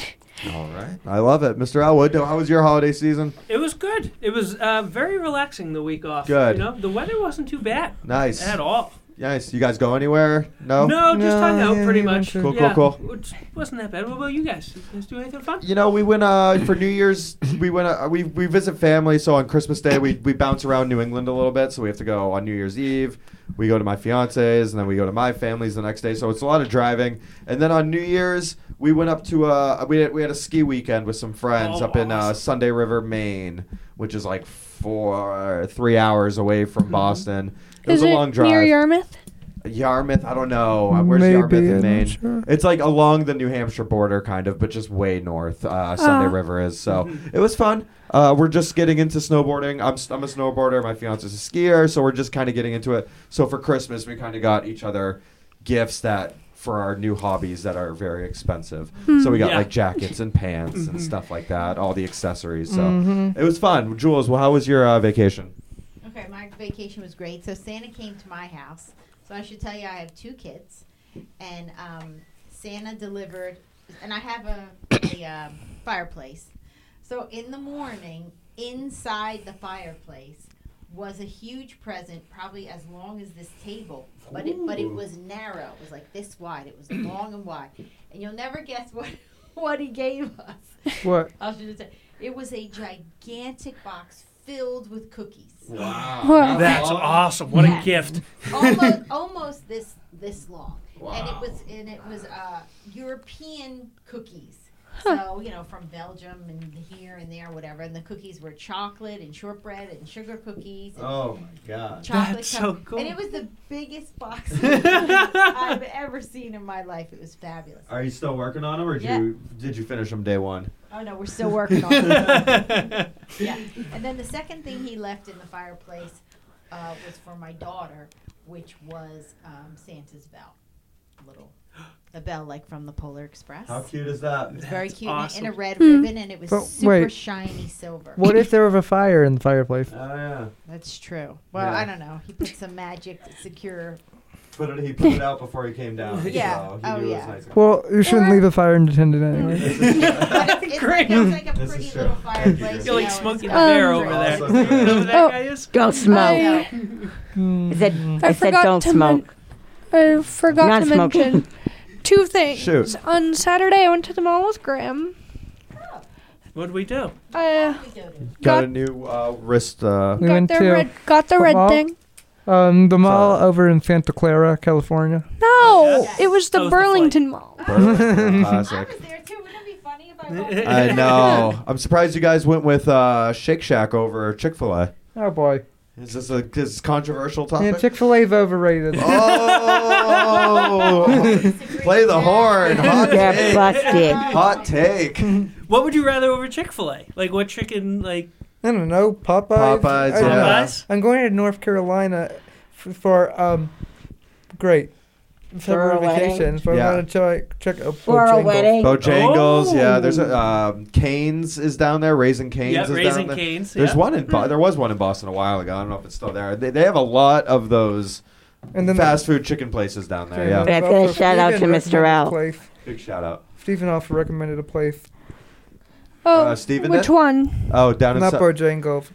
Speaker 2: All right. I love it, Mr. Elwood. How was your holiday season?
Speaker 6: It was good. It was uh, very relaxing the week off.
Speaker 2: Good.
Speaker 6: You know, the weather wasn't too bad
Speaker 2: Nice.
Speaker 6: at all.
Speaker 2: Nice. You guys go anywhere? No.
Speaker 6: No, just
Speaker 4: No,
Speaker 6: hung out
Speaker 4: yeah,
Speaker 6: pretty
Speaker 4: you
Speaker 6: much.
Speaker 4: went
Speaker 2: to- Cool, cool,
Speaker 6: yeah,
Speaker 2: cool.
Speaker 6: Which wasn't that bad. What about you guys? You guys do anything fun?
Speaker 2: You know, we went uh, for New Year's. We went. Uh, we we visit family. So on Christmas Day, we we bounce around New England a little bit. So we have to go on New Year's Eve. We go to my fiance's, and then we go to my family's the next day. So it's a lot of driving. And then on New Year's, we went up to uh, we had, we had a ski weekend with some friends
Speaker 6: Oh,
Speaker 2: up in uh,
Speaker 6: awesome.
Speaker 2: Sunday River, Maine, which is like four three hours away from
Speaker 6: Mm-hmm.
Speaker 2: Boston. It was
Speaker 1: Is
Speaker 2: a
Speaker 1: it
Speaker 2: long drive.
Speaker 1: near Yarmouth?
Speaker 2: Yarmouth. I don't know. Uh, Where's
Speaker 4: Maybe,
Speaker 2: Yarmouth
Speaker 4: I'm
Speaker 2: in
Speaker 4: not
Speaker 2: Maine?
Speaker 4: sure.
Speaker 2: It's like along the New Hampshire border, kind of, but just way north. Uh, Sunday
Speaker 1: Ah.
Speaker 2: River is.
Speaker 6: (laughs)
Speaker 2: So it was fun. Uh, we're just getting into snowboarding. I'm, s- I'm a snowboarder. My fiance's a skier. So we're just kind of getting into it. So for Christmas, we kind of got each other gifts that for our new hobbies that are very expensive.
Speaker 4: Hmm.
Speaker 2: So we got
Speaker 6: Yeah. Mm-hmm.
Speaker 2: like jackets and pants and stuff like that, all the accessories. So
Speaker 4: Mm-hmm.
Speaker 2: it was fun. Jules, well, how was your uh, vacation?
Speaker 7: Okay, my vacation was great. So Santa came to my house. So I should tell you, I have two kids, and um, Santa delivered. And I have a, a um fireplace. So in the morning, inside the fireplace was a huge present, probably as long as this table, but it but it was narrow. It was like this wide. It was long and wide. And you'll never guess (laughs) what what he gave us.
Speaker 4: What?
Speaker 7: I was just say it was a gigantic box filled with cookies,
Speaker 2: Wow.
Speaker 1: Wow.
Speaker 6: That's awesome. What a
Speaker 7: Yeah.
Speaker 6: gift. (laughs)
Speaker 7: almost almost this this long, and it was and it was uh, European cookies. So you know from Belgium and here and there, whatever. And the cookies were chocolate and shortbread and sugar cookies. And
Speaker 2: Oh my God.
Speaker 7: Chocolate
Speaker 6: That's so
Speaker 7: cup-
Speaker 6: cool.
Speaker 7: And it was the biggest
Speaker 6: (laughs)
Speaker 7: box of cookies I've ever seen in my life. It was fabulous.
Speaker 2: Are you still working on them, or did
Speaker 7: Yeah.
Speaker 2: you did you finish them day one?
Speaker 7: Oh no, we're still working on it.
Speaker 6: (laughs)
Speaker 7: yeah. And then the second thing he left in the fireplace uh, was for my daughter, which was um, Santa's bell, little the bell like from the Polar Express.
Speaker 2: How cute is that?
Speaker 7: It's very
Speaker 6: That's
Speaker 7: cute and
Speaker 6: (laughs) awesome.
Speaker 7: in a red
Speaker 1: Hmm.
Speaker 7: ribbon, and it was
Speaker 4: But
Speaker 7: super
Speaker 4: wait.
Speaker 7: shiny silver.
Speaker 4: What if there was a fire in the fireplace?
Speaker 2: Oh yeah.
Speaker 7: That's true. Well,
Speaker 2: Yeah.
Speaker 7: I don't know. He put some magic to
Speaker 2: (laughs)
Speaker 7: secure.
Speaker 2: Put it, he put it out before he came down.
Speaker 7: Yeah.
Speaker 2: So he
Speaker 7: Oh,
Speaker 2: knew
Speaker 7: yeah.
Speaker 2: It was nice. (laughs)
Speaker 4: Well, you shouldn't
Speaker 1: Or-
Speaker 4: leave a fire unattended anyway.
Speaker 7: But it's, it's, like,
Speaker 4: Hmm.
Speaker 7: it's like a
Speaker 2: This is
Speaker 7: pretty
Speaker 2: true.
Speaker 7: little
Speaker 2: Thank you,
Speaker 7: fireplace.
Speaker 2: Grace.
Speaker 6: You're
Speaker 7: you
Speaker 6: like
Speaker 7: know,
Speaker 6: smoking the
Speaker 4: Um,
Speaker 7: it's got-
Speaker 6: bear over
Speaker 7: (laughs)
Speaker 6: there.
Speaker 2: Also
Speaker 6: You know who that
Speaker 1: Oh.
Speaker 6: guy is?
Speaker 3: Don't smoke.
Speaker 1: I,
Speaker 4: Mm.
Speaker 3: I said, I said
Speaker 1: forgot
Speaker 3: don't
Speaker 1: to men-
Speaker 3: smoke.
Speaker 1: I forgot
Speaker 3: Not
Speaker 1: to
Speaker 3: smoking.
Speaker 1: mention two things.
Speaker 2: Shoot.
Speaker 1: On Saturday, I went to the mall with Graham.
Speaker 6: What'd we do?
Speaker 1: I
Speaker 2: Got
Speaker 1: Got-
Speaker 2: a new uh, wrist. Uh,
Speaker 4: We
Speaker 1: Uh, got
Speaker 4: went
Speaker 1: the
Speaker 4: to
Speaker 1: red, got the red
Speaker 4: football?
Speaker 1: thing.
Speaker 4: Um, the mall
Speaker 2: So-
Speaker 4: over in Santa Clara, California.
Speaker 1: No,
Speaker 7: Yes.
Speaker 1: it was the
Speaker 6: That was the
Speaker 1: Burlington Mall.
Speaker 2: burlap
Speaker 7: I (laughs)
Speaker 2: classic.
Speaker 7: was there too. Wouldn't it be funny if I
Speaker 6: (laughs)
Speaker 7: walked
Speaker 2: I know. I'm surprised you guys went with uh, Shake Shack over Chick Fil A.
Speaker 4: Oh boy.
Speaker 2: Is this a this is controversial
Speaker 4: Yeah,
Speaker 2: topic?
Speaker 4: Chick Fil A's overrated.
Speaker 2: (laughs)
Speaker 7: (laughs)
Speaker 2: oh, play the horn. Hot
Speaker 3: They're
Speaker 2: take.
Speaker 3: busted.
Speaker 2: Hot take.
Speaker 6: What would you rather over Chick Fil A? Like what chicken? Like
Speaker 4: I don't know, Popeyes.
Speaker 2: Popeyes.
Speaker 4: I-
Speaker 2: Oh, Yeah.
Speaker 6: Popeyes?
Speaker 4: I'm going to North Carolina f- for um, great. for
Speaker 3: For
Speaker 4: a
Speaker 3: a wedding.
Speaker 4: vacation. For
Speaker 2: Yeah.
Speaker 4: a check, check a
Speaker 3: For a
Speaker 4: Bojangles.
Speaker 3: wedding.
Speaker 2: Bojangles, yeah. There's a
Speaker 3: Oh.
Speaker 2: um, Canes is down there. Raising Canes
Speaker 6: yeah,
Speaker 2: is down
Speaker 6: raising
Speaker 2: there.
Speaker 6: canes.
Speaker 2: There's
Speaker 6: yeah.
Speaker 2: one in
Speaker 4: Mm.
Speaker 2: Bo- there was one in Boston a while ago. I don't know if it's still there. They, they have a lot of those
Speaker 4: And then
Speaker 2: fast food chicken places down there. Yeah.
Speaker 3: That's gonna shout out to Mr. Al.
Speaker 4: Place.
Speaker 2: Big shout out.
Speaker 4: Stephen Alpha recommended a place.
Speaker 1: Oh,
Speaker 2: Uh, Steven
Speaker 1: which
Speaker 2: did?
Speaker 1: one?
Speaker 2: Oh, down in
Speaker 4: Not
Speaker 2: Su-
Speaker 4: Bojangles.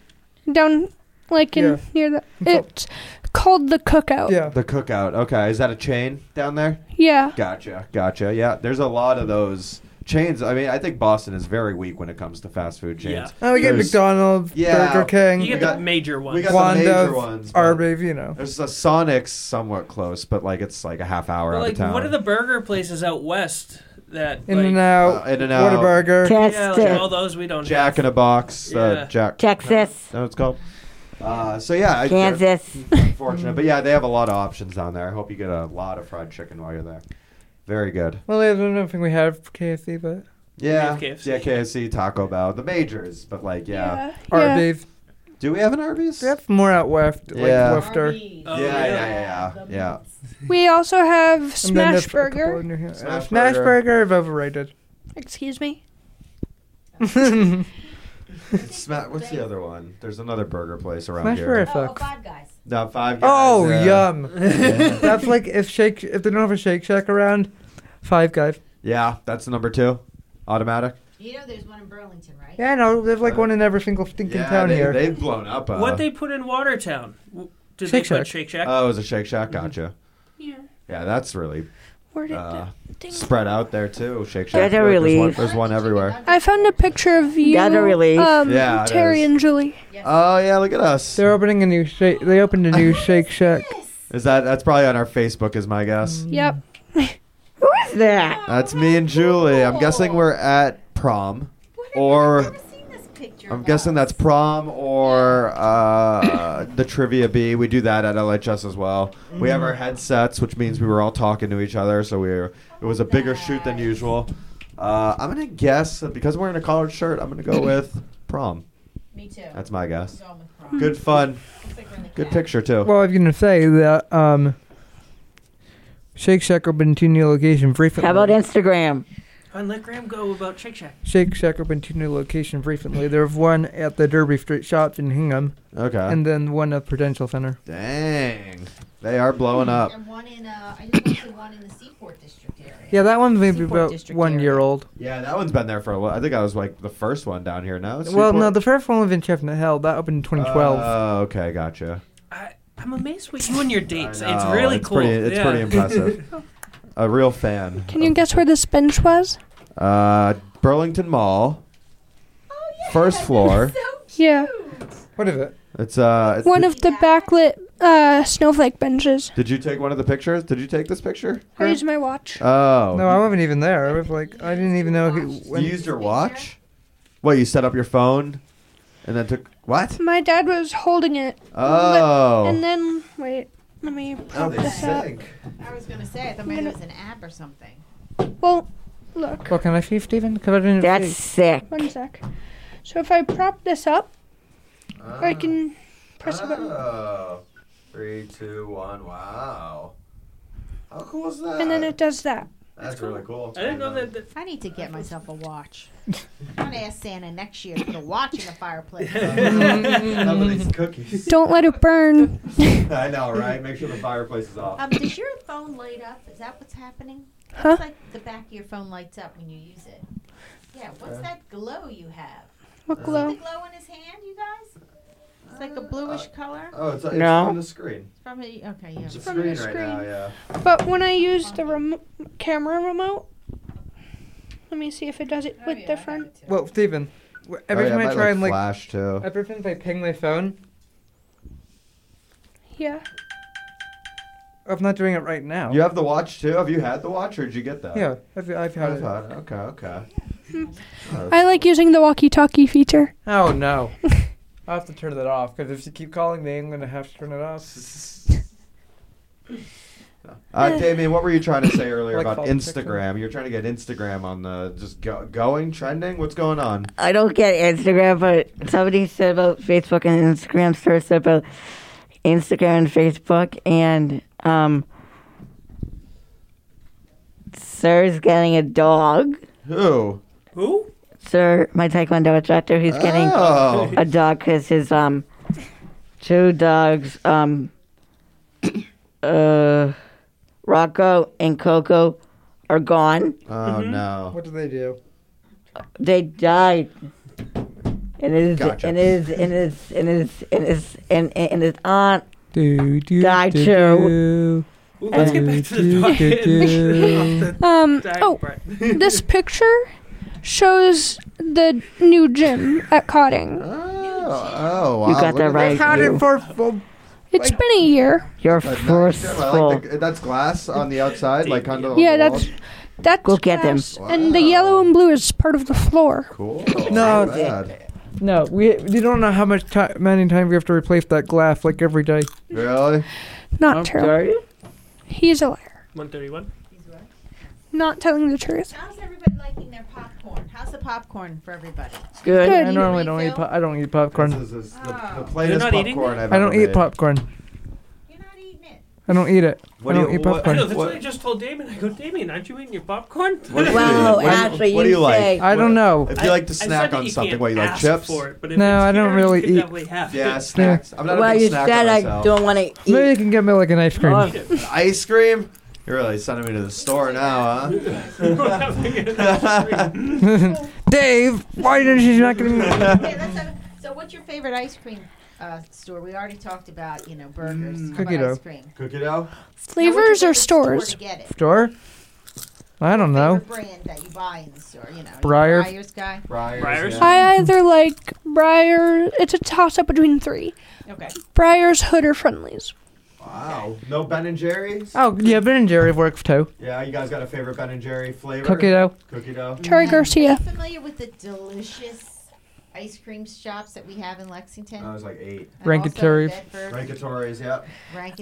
Speaker 1: Down, like in
Speaker 4: Yeah.
Speaker 1: near the. It's called the cookout.
Speaker 4: Yeah.
Speaker 2: the cookout. Okay, is that a chain down there?
Speaker 1: Yeah.
Speaker 2: Gotcha, gotcha. Yeah, there's a lot of those chains. I mean, I think Boston is very weak when it comes to fast food chains.
Speaker 4: Oh, we get
Speaker 2: There's-
Speaker 4: McDonald's,
Speaker 2: Yeah.
Speaker 4: Burger King,
Speaker 6: You
Speaker 2: We
Speaker 6: get
Speaker 2: got-
Speaker 6: the major ones.
Speaker 2: We got
Speaker 4: Wanda's,
Speaker 2: the major ones. but
Speaker 4: Arby's, you know.
Speaker 2: There's a Sonic's somewhat close, but like it's like a half hour
Speaker 6: But,
Speaker 2: out
Speaker 6: like,
Speaker 2: of town.
Speaker 6: what are the burger places out west that
Speaker 4: In
Speaker 6: like,
Speaker 4: and
Speaker 2: uh,
Speaker 4: Out,
Speaker 2: In and out.
Speaker 4: Oh, Whataburger.
Speaker 6: Yeah, like, all
Speaker 3: Texas.
Speaker 6: those we don't.
Speaker 2: Jack
Speaker 6: have.
Speaker 2: in a box.
Speaker 6: Yeah.
Speaker 2: Uh, Jack.
Speaker 3: Texas.
Speaker 2: That's what it's called. Uh, so yeah, I- they're
Speaker 3: Kansas.
Speaker 2: fortunate, but yeah, they have a lot of options down there. I hope you get a lot of fried chicken while you're there. Very good.
Speaker 4: Well, I don't think we have KFC, but
Speaker 2: Yeah,
Speaker 6: have KFC.
Speaker 2: yeah, KFC, Taco Bell, the majors, but like, yeah.
Speaker 1: Yeah.
Speaker 4: Arby's.
Speaker 2: Do we have an Arby's?
Speaker 4: We have more out west, like
Speaker 2: Yeah.
Speaker 4: Worcester.
Speaker 6: Oh,
Speaker 2: yeah,
Speaker 6: yeah.
Speaker 2: yeah, yeah,
Speaker 7: Oh,
Speaker 2: yeah.
Speaker 1: We also have
Speaker 4: And then there's
Speaker 1: Smash
Speaker 4: a couple
Speaker 1: Burger.
Speaker 4: in New Hampshire.
Speaker 2: Smash
Speaker 4: Uh, Smash
Speaker 2: Burger.
Speaker 4: Burger
Speaker 2: (laughs)
Speaker 4: is overrated.
Speaker 1: Excuse me.
Speaker 4: Smash
Speaker 2: Sma- what's the other one? There's another burger place around here.
Speaker 4: Burger
Speaker 7: Oh,
Speaker 4: sucks.
Speaker 7: five guys.
Speaker 2: No, Five Guys. uh, (laughs)
Speaker 4: Oh,
Speaker 2: yeah.
Speaker 4: yum. That's like if Shake if they don't have a Shake Shack around, Five Guys.
Speaker 2: Yeah, that's number two. Automatic.
Speaker 7: You know, there's one in Burlington, right?
Speaker 4: Yeah, no, there's like one in every single stinking
Speaker 2: yeah,
Speaker 4: town
Speaker 2: they,
Speaker 4: here.
Speaker 2: they've blown up. Uh,
Speaker 6: What they put in Watertown? W- Did
Speaker 4: Shake
Speaker 6: they
Speaker 4: Shack.
Speaker 6: put Shake Shack?
Speaker 2: Oh, it was a Shake Shack. Gotcha.
Speaker 1: Yeah.
Speaker 2: Yeah, that's really
Speaker 1: Where did
Speaker 2: uh,
Speaker 1: that thing?
Speaker 2: spread out there too. Shake Shack.
Speaker 3: That's a
Speaker 2: There's one-
Speaker 3: relief.
Speaker 2: There's one, everywhere.
Speaker 1: I found a picture of you,
Speaker 3: That's a relief.
Speaker 1: um,
Speaker 2: Yeah, it
Speaker 1: Terry
Speaker 2: is.
Speaker 1: and Julie.
Speaker 2: Oh yeah, look at us.
Speaker 4: They're opening a new shake. They opened a
Speaker 2: (laughs)
Speaker 4: new Shake Shack.
Speaker 2: Is that that's probably on our Facebook, is my
Speaker 4: Mm,
Speaker 2: guess.
Speaker 4: Hmm.
Speaker 1: Yep.
Speaker 3: Who is that?
Speaker 2: That's me
Speaker 7: Oh,
Speaker 2: and Julie. I'm guessing we're at prom. or-
Speaker 7: I've never seen this picture.
Speaker 2: I'm
Speaker 7: of
Speaker 2: guessing
Speaker 7: us.
Speaker 2: that's prom or uh, the trivia bee. We do that at LHS as well. We have our headsets, which means we were all talking to each other, so we were, it was a bigger shoot than usual. Uh, I'm gonna guess that because I'm wearing a collared shirt, I'm gonna go with prom.
Speaker 7: Me too.
Speaker 2: That's my guess.
Speaker 7: Going with prom.
Speaker 2: Good fun,
Speaker 7: Looks like we're in the
Speaker 2: good
Speaker 7: cab.
Speaker 2: picture too.
Speaker 4: Well, I was gonna say that um, Shake Shack opened two new locations recently.
Speaker 3: How about Instagram?
Speaker 6: And let Graham go about Shake Shack.
Speaker 4: Shake Shack opened two new locations recently. There's one at the Derby Street Shops in Hingham,
Speaker 2: Okay.
Speaker 4: and then one at Prudential Center.
Speaker 2: Dang, they are blowing up.
Speaker 7: And one in, uh, I just went to one in the Seaport District area.
Speaker 4: Yeah, that one's maybe
Speaker 7: Seaport
Speaker 4: about
Speaker 7: District
Speaker 4: one
Speaker 7: area.
Speaker 4: year old.
Speaker 2: Yeah, that one's been there for a while. I think I was like the first one down here. Now,
Speaker 4: Well, no, the first one was in Chestnut Hill. That opened in 2012.
Speaker 2: Oh, okay, gotcha.
Speaker 6: I, I'm amazed with you and your dates.
Speaker 2: I
Speaker 6: It's
Speaker 2: know,
Speaker 6: really
Speaker 2: it's
Speaker 6: cool.
Speaker 2: Pretty, it's
Speaker 6: yeah.
Speaker 2: pretty impressive. A real fan.
Speaker 1: Can you guess where this bench was?
Speaker 2: Uh, Burlington Mall,
Speaker 7: Oh, yeah.
Speaker 2: first
Speaker 1: (laughs)
Speaker 2: floor.
Speaker 1: Yeah.
Speaker 4: what is it?
Speaker 2: It's uh. It's
Speaker 1: One of the backlit uh, snowflake benches.
Speaker 2: Did you take one of the pictures? Did you take this picture?
Speaker 1: I used my watch.
Speaker 2: Oh.
Speaker 4: No, I wasn't even there. I was like, I didn't even know who. When,
Speaker 2: you used your watch. What? You set up your phone, and then took what?
Speaker 1: My dad was holding it.
Speaker 2: Oh.
Speaker 1: And then, wait, let me
Speaker 2: oh,
Speaker 1: prop
Speaker 2: they
Speaker 1: this up.
Speaker 2: sink.
Speaker 7: I was going to say, I thought maybe it was an app or something.
Speaker 1: Well, look.
Speaker 4: well, can I see Stephen? Because I didn't
Speaker 3: That's
Speaker 4: see.
Speaker 3: sick.
Speaker 1: One sec. So if I prop this up, I can press a button.
Speaker 2: Oh. Three, two, one. Wow. How cool is that?
Speaker 1: And then it does that.
Speaker 2: That's really cool.
Speaker 6: (laughs) I didn't know that. that
Speaker 7: I need to get myself a watch. I'm going to ask Santa next year to put a watch in the fireplace.
Speaker 2: (laughs) Some of these (laughs) cookies.
Speaker 1: Don't let it burn.
Speaker 2: I know, right? Make sure the fireplace is off.
Speaker 7: Um, does your phone light up? Is that what's happening?
Speaker 1: Huh?
Speaker 7: It's like the back of your phone lights up when you use it. Yeah, what's that glow you have?
Speaker 1: What
Speaker 7: The
Speaker 1: glow?
Speaker 7: glow in his hand, you guys? It's like a bluish color.
Speaker 2: Oh, it's, it's
Speaker 3: No.
Speaker 2: on the screen.
Speaker 7: It's from the, okay, yeah.
Speaker 2: It's a
Speaker 1: From the
Speaker 2: screen right now,
Speaker 1: screen.
Speaker 2: yeah.
Speaker 1: But when I use the remo camera remote, let me see if it does it with the front.
Speaker 4: Well, Stephen, w- every
Speaker 2: Oh,
Speaker 4: time I try and like,
Speaker 2: flash too.
Speaker 4: every time I ping my phone,
Speaker 1: Yeah.
Speaker 4: I'm not doing it right now.
Speaker 2: You have the watch too. Have you had the watch, or did you get that?
Speaker 4: Yeah, I've, I've had
Speaker 2: I've
Speaker 4: it.
Speaker 2: had it. Okay, okay.
Speaker 4: (laughs)
Speaker 2: Uh,
Speaker 1: I like using the walkie-talkie feature.
Speaker 4: Oh
Speaker 7: (laughs)
Speaker 4: no. I have to turn that off because if you keep calling me, I'm gonna have to turn it off.
Speaker 2: Uh, Damien, what were you trying to say earlier
Speaker 4: Like
Speaker 2: about
Speaker 4: follow the picture.
Speaker 2: Instagram? You're trying to get Instagram on the just go- going trending. What's going on?
Speaker 3: I don't get Instagram, but somebody said about Facebook and Instagram. Sarah said about Instagram and Facebook, and um, Sir's getting a dog.
Speaker 2: Who?
Speaker 6: Who?
Speaker 3: Sir, my taekwondo instructor, he's getting
Speaker 2: Oh.
Speaker 3: a dog because his um two dogs um (coughs) uh Rocco and Coco are gone.
Speaker 4: (laughs)
Speaker 2: Oh
Speaker 4: Mm-hmm.
Speaker 2: no.
Speaker 8: What do they do?
Speaker 3: They died. And his
Speaker 2: Gotcha.
Speaker 3: and his and his and his and his and, and his aunt
Speaker 4: Do, do,
Speaker 3: Die
Speaker 4: do,
Speaker 3: too.
Speaker 6: Ooh, let's get back to the dog.
Speaker 4: Do, do,
Speaker 6: (laughs)
Speaker 4: do. (laughs)
Speaker 1: Um,
Speaker 6: Sorry,
Speaker 1: oh,
Speaker 6: Brett.
Speaker 1: this picture shows the new gym at Cotting.
Speaker 2: Oh, oh wow.
Speaker 3: You got
Speaker 2: Look
Speaker 3: that
Speaker 2: at
Speaker 3: right.
Speaker 8: They've had
Speaker 3: you.
Speaker 8: it for, for
Speaker 1: It's been a year.
Speaker 3: You're
Speaker 2: That's nice. Yeah, I
Speaker 3: forceful.
Speaker 2: like the- that's glass on the outside, like kind of.
Speaker 1: Yeah,
Speaker 2: on the
Speaker 1: that's that's
Speaker 3: Go get them.
Speaker 1: glass, And the yellow and blue is part of the floor.
Speaker 2: wall. cool.
Speaker 4: No,
Speaker 2: Not bad.
Speaker 4: No, we you don't know how much time, many times we have to replace that glass like every day.
Speaker 2: really?
Speaker 1: Not
Speaker 3: I'm
Speaker 1: true.
Speaker 3: sorry.
Speaker 1: He's a liar.
Speaker 6: 131.
Speaker 7: These were-
Speaker 1: Not telling the truth.
Speaker 7: How's everybody liking their popcorn? How's the popcorn for everybody?
Speaker 3: Good.
Speaker 1: Good.
Speaker 4: I normally don't eat. Po- I don't eat popcorn.
Speaker 2: This is the,
Speaker 7: Oh.
Speaker 2: the plainest
Speaker 6: You're not eating
Speaker 2: popcorn
Speaker 6: it?
Speaker 2: I've
Speaker 4: I don't
Speaker 2: ever
Speaker 4: eat
Speaker 2: made.
Speaker 4: popcorn.
Speaker 7: You're not eating it.
Speaker 4: I don't eat it.
Speaker 2: What
Speaker 4: I
Speaker 2: do
Speaker 4: don't
Speaker 2: you-
Speaker 4: eat
Speaker 2: what-
Speaker 6: I know,
Speaker 4: popcorn.
Speaker 6: that's
Speaker 2: What-
Speaker 6: what I just told Damien. I go, Damien, aren't you eating your popcorn?
Speaker 2: What do you
Speaker 3: Wow,
Speaker 2: eat? What do you-
Speaker 3: Ashley,
Speaker 2: what do
Speaker 3: you
Speaker 2: you like?
Speaker 3: say.
Speaker 4: I don't know.
Speaker 2: If you like to
Speaker 6: I said
Speaker 2: snack
Speaker 6: that
Speaker 2: on
Speaker 6: you
Speaker 2: something,
Speaker 6: can't
Speaker 2: what you like?
Speaker 6: ask
Speaker 2: Chips?
Speaker 6: For it, but if
Speaker 4: No,
Speaker 6: it's
Speaker 4: I don't
Speaker 6: here,
Speaker 4: really
Speaker 6: you could
Speaker 4: eat-
Speaker 6: definitely have
Speaker 2: Yeah,
Speaker 6: (laughs) it.
Speaker 2: snacks. I'm not
Speaker 3: Well,
Speaker 2: a big
Speaker 3: you
Speaker 2: snacker
Speaker 3: said I
Speaker 2: myself.
Speaker 3: don't want to eat.
Speaker 4: Maybe you can get me like an ice (laughs) cream.
Speaker 3: Oh,
Speaker 2: Ice cream? You're really sending me to the store now, huh?
Speaker 4: Dave, why didn't you not give me?
Speaker 7: Okay, let's have, so what's your favorite ice cream uh, store? We already talked about, you know, burgers. How about
Speaker 4: Cookie dough.
Speaker 7: ice cream. Now,
Speaker 2: Cookie dough?
Speaker 1: Flavors
Speaker 7: what's your
Speaker 1: or
Speaker 7: favorite store
Speaker 1: stores?
Speaker 7: to get it?
Speaker 4: Store? I don't know.
Speaker 7: Favorite brand that you buy in the store, you know. you
Speaker 4: Briar.
Speaker 7: Briar's guy.
Speaker 2: Briars.
Speaker 6: Briars?
Speaker 2: yeah.
Speaker 1: I either like Briar. It's a toss up between three:
Speaker 7: Okay.
Speaker 1: Briar's, Hood, or Friendlies.
Speaker 2: Wow. No Ben and Jerry's?
Speaker 4: Oh yeah, Ben and Jerry works too.
Speaker 2: Yeah, you guys got a favorite Ben and Jerry flavor?
Speaker 4: Cookie dough.
Speaker 2: Cookie dough.
Speaker 1: Terry
Speaker 7: Are
Speaker 1: Garcia.
Speaker 7: you familiar with the delicious ice cream shops that we have in Lexington?
Speaker 2: I was like eight.
Speaker 7: And also in
Speaker 4: Rankatories.
Speaker 7: Bedford.
Speaker 2: Rankatories, yeah.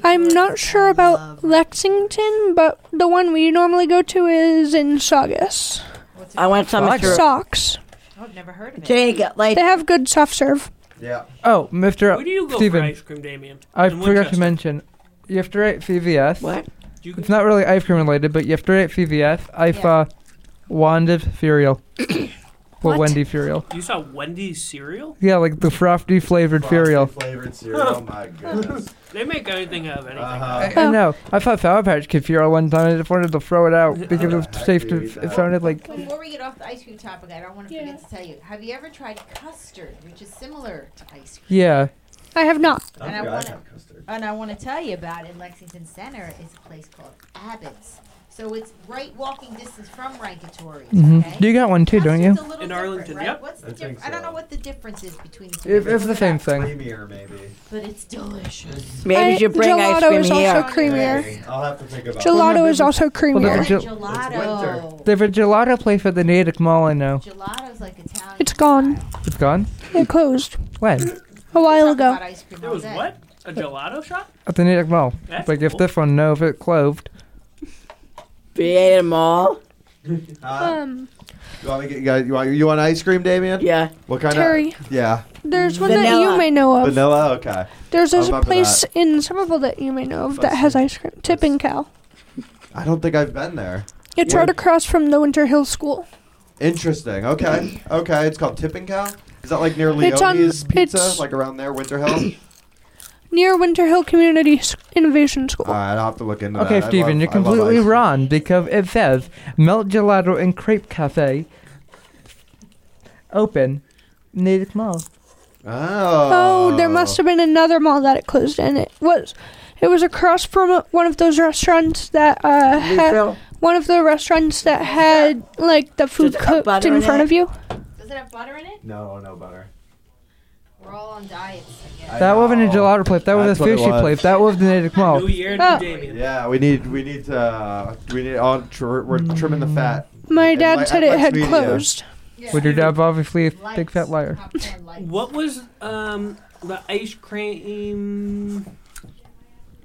Speaker 1: I'm
Speaker 7: Rankatories.
Speaker 1: not sure
Speaker 7: I
Speaker 1: about
Speaker 7: love-
Speaker 1: Lexington, but the one we normally go to is in Saugus.
Speaker 7: what's it
Speaker 3: I want some
Speaker 4: Fuck.
Speaker 3: to
Speaker 1: Socks.
Speaker 7: called? I've never heard of it.
Speaker 3: Jake. Like
Speaker 1: They have good soft serve.
Speaker 2: Yeah.
Speaker 4: Oh, Mister.
Speaker 6: Where do you go
Speaker 4: Steven,
Speaker 6: for ice cream, Damien?
Speaker 4: I
Speaker 6: In
Speaker 4: forgot
Speaker 6: Winchester.
Speaker 4: to mention. You have to rate CVS.
Speaker 3: what?
Speaker 6: Do you
Speaker 4: It's not really ice cream related, but you have to rate CVS. I
Speaker 7: Yeah.
Speaker 4: saw Wanda's
Speaker 7: (coughs)
Speaker 4: cereal.
Speaker 1: What?
Speaker 4: Well, Wendy cereal.
Speaker 6: You saw Wendy's cereal?
Speaker 4: Yeah, like the frosty flavored cereal.
Speaker 2: Frosty Flavored cereal.
Speaker 7: (laughs)
Speaker 2: Oh my goodness.
Speaker 6: They make anything out of anything.
Speaker 2: Uh-huh.
Speaker 4: I,
Speaker 7: Oh.
Speaker 4: I know. I thought Sour Patch Kid cereal one time. I just wanted to throw it out because
Speaker 2: the
Speaker 4: it
Speaker 2: heck
Speaker 4: safe
Speaker 2: do
Speaker 4: to.
Speaker 2: you eat
Speaker 4: It
Speaker 2: that?
Speaker 4: sounded like.
Speaker 7: Before we get off the ice cream topic, I don't want to
Speaker 1: Yeah.
Speaker 7: forget to tell you. Have you ever tried custard, which is similar to ice cream?
Speaker 4: Yeah.
Speaker 1: I have not.
Speaker 2: I
Speaker 7: And I
Speaker 2: don't think
Speaker 7: wanna-
Speaker 2: I have custard.
Speaker 7: And I want to tell you about in Lexington Center is a place called Abbott's. So it's right walking distance from Rankatories. Okay?
Speaker 4: Mm-hmm. You got one too, don't you?
Speaker 7: Custard's a little
Speaker 6: In
Speaker 7: different,
Speaker 6: Arlington,
Speaker 7: right?
Speaker 6: yep.
Speaker 7: What's the
Speaker 2: I think
Speaker 7: difference? I don't
Speaker 2: so.
Speaker 7: know what the difference is between the two.
Speaker 4: It, it's the same thing.
Speaker 2: Creamier, maybe.
Speaker 7: but it's delicious.
Speaker 3: Maybe
Speaker 1: I-
Speaker 3: you should bring ice
Speaker 1: gelato
Speaker 3: cream
Speaker 1: is
Speaker 3: here.
Speaker 1: also creamier.
Speaker 2: Hey, I'll have to think about it.
Speaker 1: Gelato is also
Speaker 4: Well,
Speaker 1: creamier.
Speaker 4: the-
Speaker 7: Gelato.
Speaker 4: Gel-
Speaker 7: gelato.
Speaker 4: There's a gelato place at the Natick Mall. I know.
Speaker 7: Gelato's like Italian.
Speaker 1: It's gone.
Speaker 4: It's gone.
Speaker 1: It closed
Speaker 4: When?
Speaker 1: a while
Speaker 7: Talk
Speaker 1: ago.
Speaker 7: about ice cream
Speaker 6: There
Speaker 7: all
Speaker 6: was
Speaker 7: day.
Speaker 6: what? A gelato shop?
Speaker 4: At the Natick Mall.
Speaker 6: That's
Speaker 4: like if
Speaker 6: cool.
Speaker 4: this one, no, if it closed.
Speaker 3: Be them all.
Speaker 2: Uh,
Speaker 1: Um,
Speaker 2: you, want me to get, you, guys, you, want, you want ice cream, Damien?
Speaker 1: (laughs)
Speaker 3: Yeah.
Speaker 2: What kind
Speaker 1: Terry.
Speaker 2: of? Yeah.
Speaker 1: there's one that
Speaker 3: Vanilla.
Speaker 1: you may know of.
Speaker 2: Vanilla? Okay.
Speaker 1: There's
Speaker 2: I'll
Speaker 1: there's a
Speaker 2: remember
Speaker 1: place in Somerville that you may know of that
Speaker 2: Let's
Speaker 1: has
Speaker 2: see.
Speaker 1: ice cream. Tipping Cow.
Speaker 2: I don't think I've been there.
Speaker 1: It's
Speaker 2: Where-
Speaker 1: right across from the Winter Hill School.
Speaker 2: Interesting. Okay. Okay. It's called Tipping Cow. Is that like near
Speaker 1: It's on-
Speaker 2: Leone's Pizza?
Speaker 1: it's-
Speaker 2: Like around there, Winter Hill?
Speaker 1: (coughs) Near Winter Hill Community S- Innovation School.
Speaker 2: All right, I'll have to look into
Speaker 4: Okay,
Speaker 2: that. I
Speaker 4: Steven,
Speaker 2: love-
Speaker 4: you're
Speaker 2: I love
Speaker 4: completely
Speaker 2: ice cream.
Speaker 4: wrong because it says Melt Gelato and Crepe Cafe open Natick Mall.
Speaker 2: Oh.
Speaker 1: oh, there must have been another mall that it closed in. It was it was across from one of those restaurants that uh had,
Speaker 3: Refill.
Speaker 1: one of the restaurants that had like the food
Speaker 3: Does it have
Speaker 1: cooked
Speaker 3: butter
Speaker 1: in
Speaker 3: in
Speaker 1: front
Speaker 3: it?
Speaker 1: of you.
Speaker 7: Does it have butter in it?
Speaker 2: No, no butter.
Speaker 7: We're all on diets. I guess.
Speaker 2: I
Speaker 4: That wasn't a
Speaker 2: know.
Speaker 4: gelato place. That was
Speaker 2: That's
Speaker 4: a
Speaker 2: what it
Speaker 4: sushi
Speaker 2: was.
Speaker 4: place. That was the Natick Mall.
Speaker 6: New Year, new
Speaker 4: Ah.
Speaker 1: Oh.
Speaker 6: Damien.
Speaker 2: Yeah, we need we need to uh, we need all tr- we're trimming the fat.
Speaker 1: My
Speaker 2: And
Speaker 1: dad
Speaker 2: like-
Speaker 1: said
Speaker 2: like
Speaker 1: it had
Speaker 2: media.
Speaker 1: closed.
Speaker 7: Yeah.
Speaker 4: With your dad, obviously, a big
Speaker 7: Lights,
Speaker 4: fat liar.
Speaker 7: popcorn
Speaker 6: (laughs)
Speaker 7: lights.
Speaker 6: What was um the ice cream?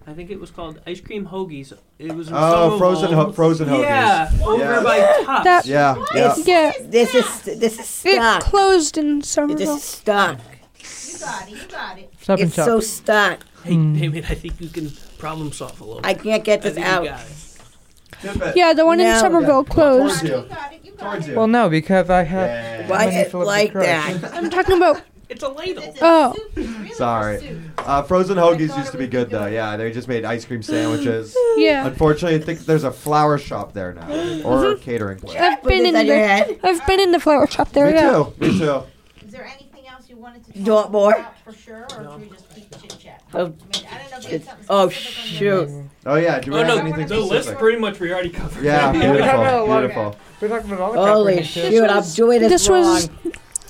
Speaker 6: I think it was called ice cream hoagies. It was in
Speaker 2: Oh, frozen
Speaker 6: Somerville.
Speaker 2: ho- frozen hoagies.
Speaker 6: Mm. Yeah, over
Speaker 2: Yeah.
Speaker 6: by Tops.
Speaker 1: That-
Speaker 2: Yeah, yeah.
Speaker 3: It's-
Speaker 1: Yeah.
Speaker 3: This is this is
Speaker 1: It
Speaker 3: stuck.
Speaker 1: closed in Somerville.
Speaker 3: This is stuck.
Speaker 7: You got it. You got it.
Speaker 4: Stop and
Speaker 3: It's so
Speaker 4: shop.
Speaker 3: stuck.
Speaker 6: Hey, Damien, I think you can problem solve a little.
Speaker 3: I
Speaker 6: bit.
Speaker 3: can't get
Speaker 6: I
Speaker 3: this
Speaker 6: think you
Speaker 3: out.
Speaker 6: got it.
Speaker 2: Tippett.
Speaker 1: Yeah, the one in
Speaker 8: No.
Speaker 1: Somerville
Speaker 2: Towards
Speaker 1: closed.
Speaker 2: you.
Speaker 7: You got it. You got
Speaker 2: Towards
Speaker 7: it.
Speaker 2: you.
Speaker 4: Well, no, because I have.
Speaker 2: Yeah.
Speaker 8: Why
Speaker 4: Many
Speaker 8: it
Speaker 4: Philip
Speaker 8: like
Speaker 1: (laughs)
Speaker 4: Crutch.
Speaker 8: that?
Speaker 1: I'm talking about
Speaker 6: It's a
Speaker 7: It's-
Speaker 6: ladle.
Speaker 7: it's a
Speaker 1: Oh.
Speaker 7: soup. It's really
Speaker 2: Sorry.
Speaker 7: a soup.
Speaker 2: Uh, frozen
Speaker 7: I
Speaker 2: hoagies
Speaker 7: thought
Speaker 2: used to
Speaker 7: it
Speaker 2: be
Speaker 7: was
Speaker 2: good though.
Speaker 7: good.
Speaker 2: Yeah, they just made ice cream sandwiches.
Speaker 1: yeah.
Speaker 2: Unfortunately, I think there's a flower shop there now, or a catering place.
Speaker 1: I've
Speaker 8: Put
Speaker 1: been
Speaker 8: this
Speaker 1: in
Speaker 8: on your
Speaker 1: the (laughs)
Speaker 8: head.
Speaker 1: I've been in the flower shop there.
Speaker 2: Me
Speaker 1: yeah.
Speaker 2: too. Me too.
Speaker 7: Is there anything else you wanted to
Speaker 8: You
Speaker 7: talk
Speaker 8: want more?
Speaker 7: about for sure, or should we just keep chit chat? I
Speaker 3: Oh,
Speaker 7: mean, I don't know if there's something
Speaker 8: Oh
Speaker 7: specific on your
Speaker 8: shoot!
Speaker 7: list.
Speaker 2: Oh yeah. Do we
Speaker 6: Oh,
Speaker 2: have
Speaker 6: no,
Speaker 2: anything
Speaker 6: The list
Speaker 2: specific?
Speaker 6: pretty much we already covered. (laughs)
Speaker 2: Yeah,
Speaker 4: Yeah, we have a
Speaker 2: beautiful,
Speaker 4: lot of-
Speaker 2: beautiful.
Speaker 4: We're talking about all the
Speaker 3: Holy
Speaker 4: comprehensive-
Speaker 3: shoot, I'm doing this,
Speaker 1: This
Speaker 3: wrong.
Speaker 1: was uh,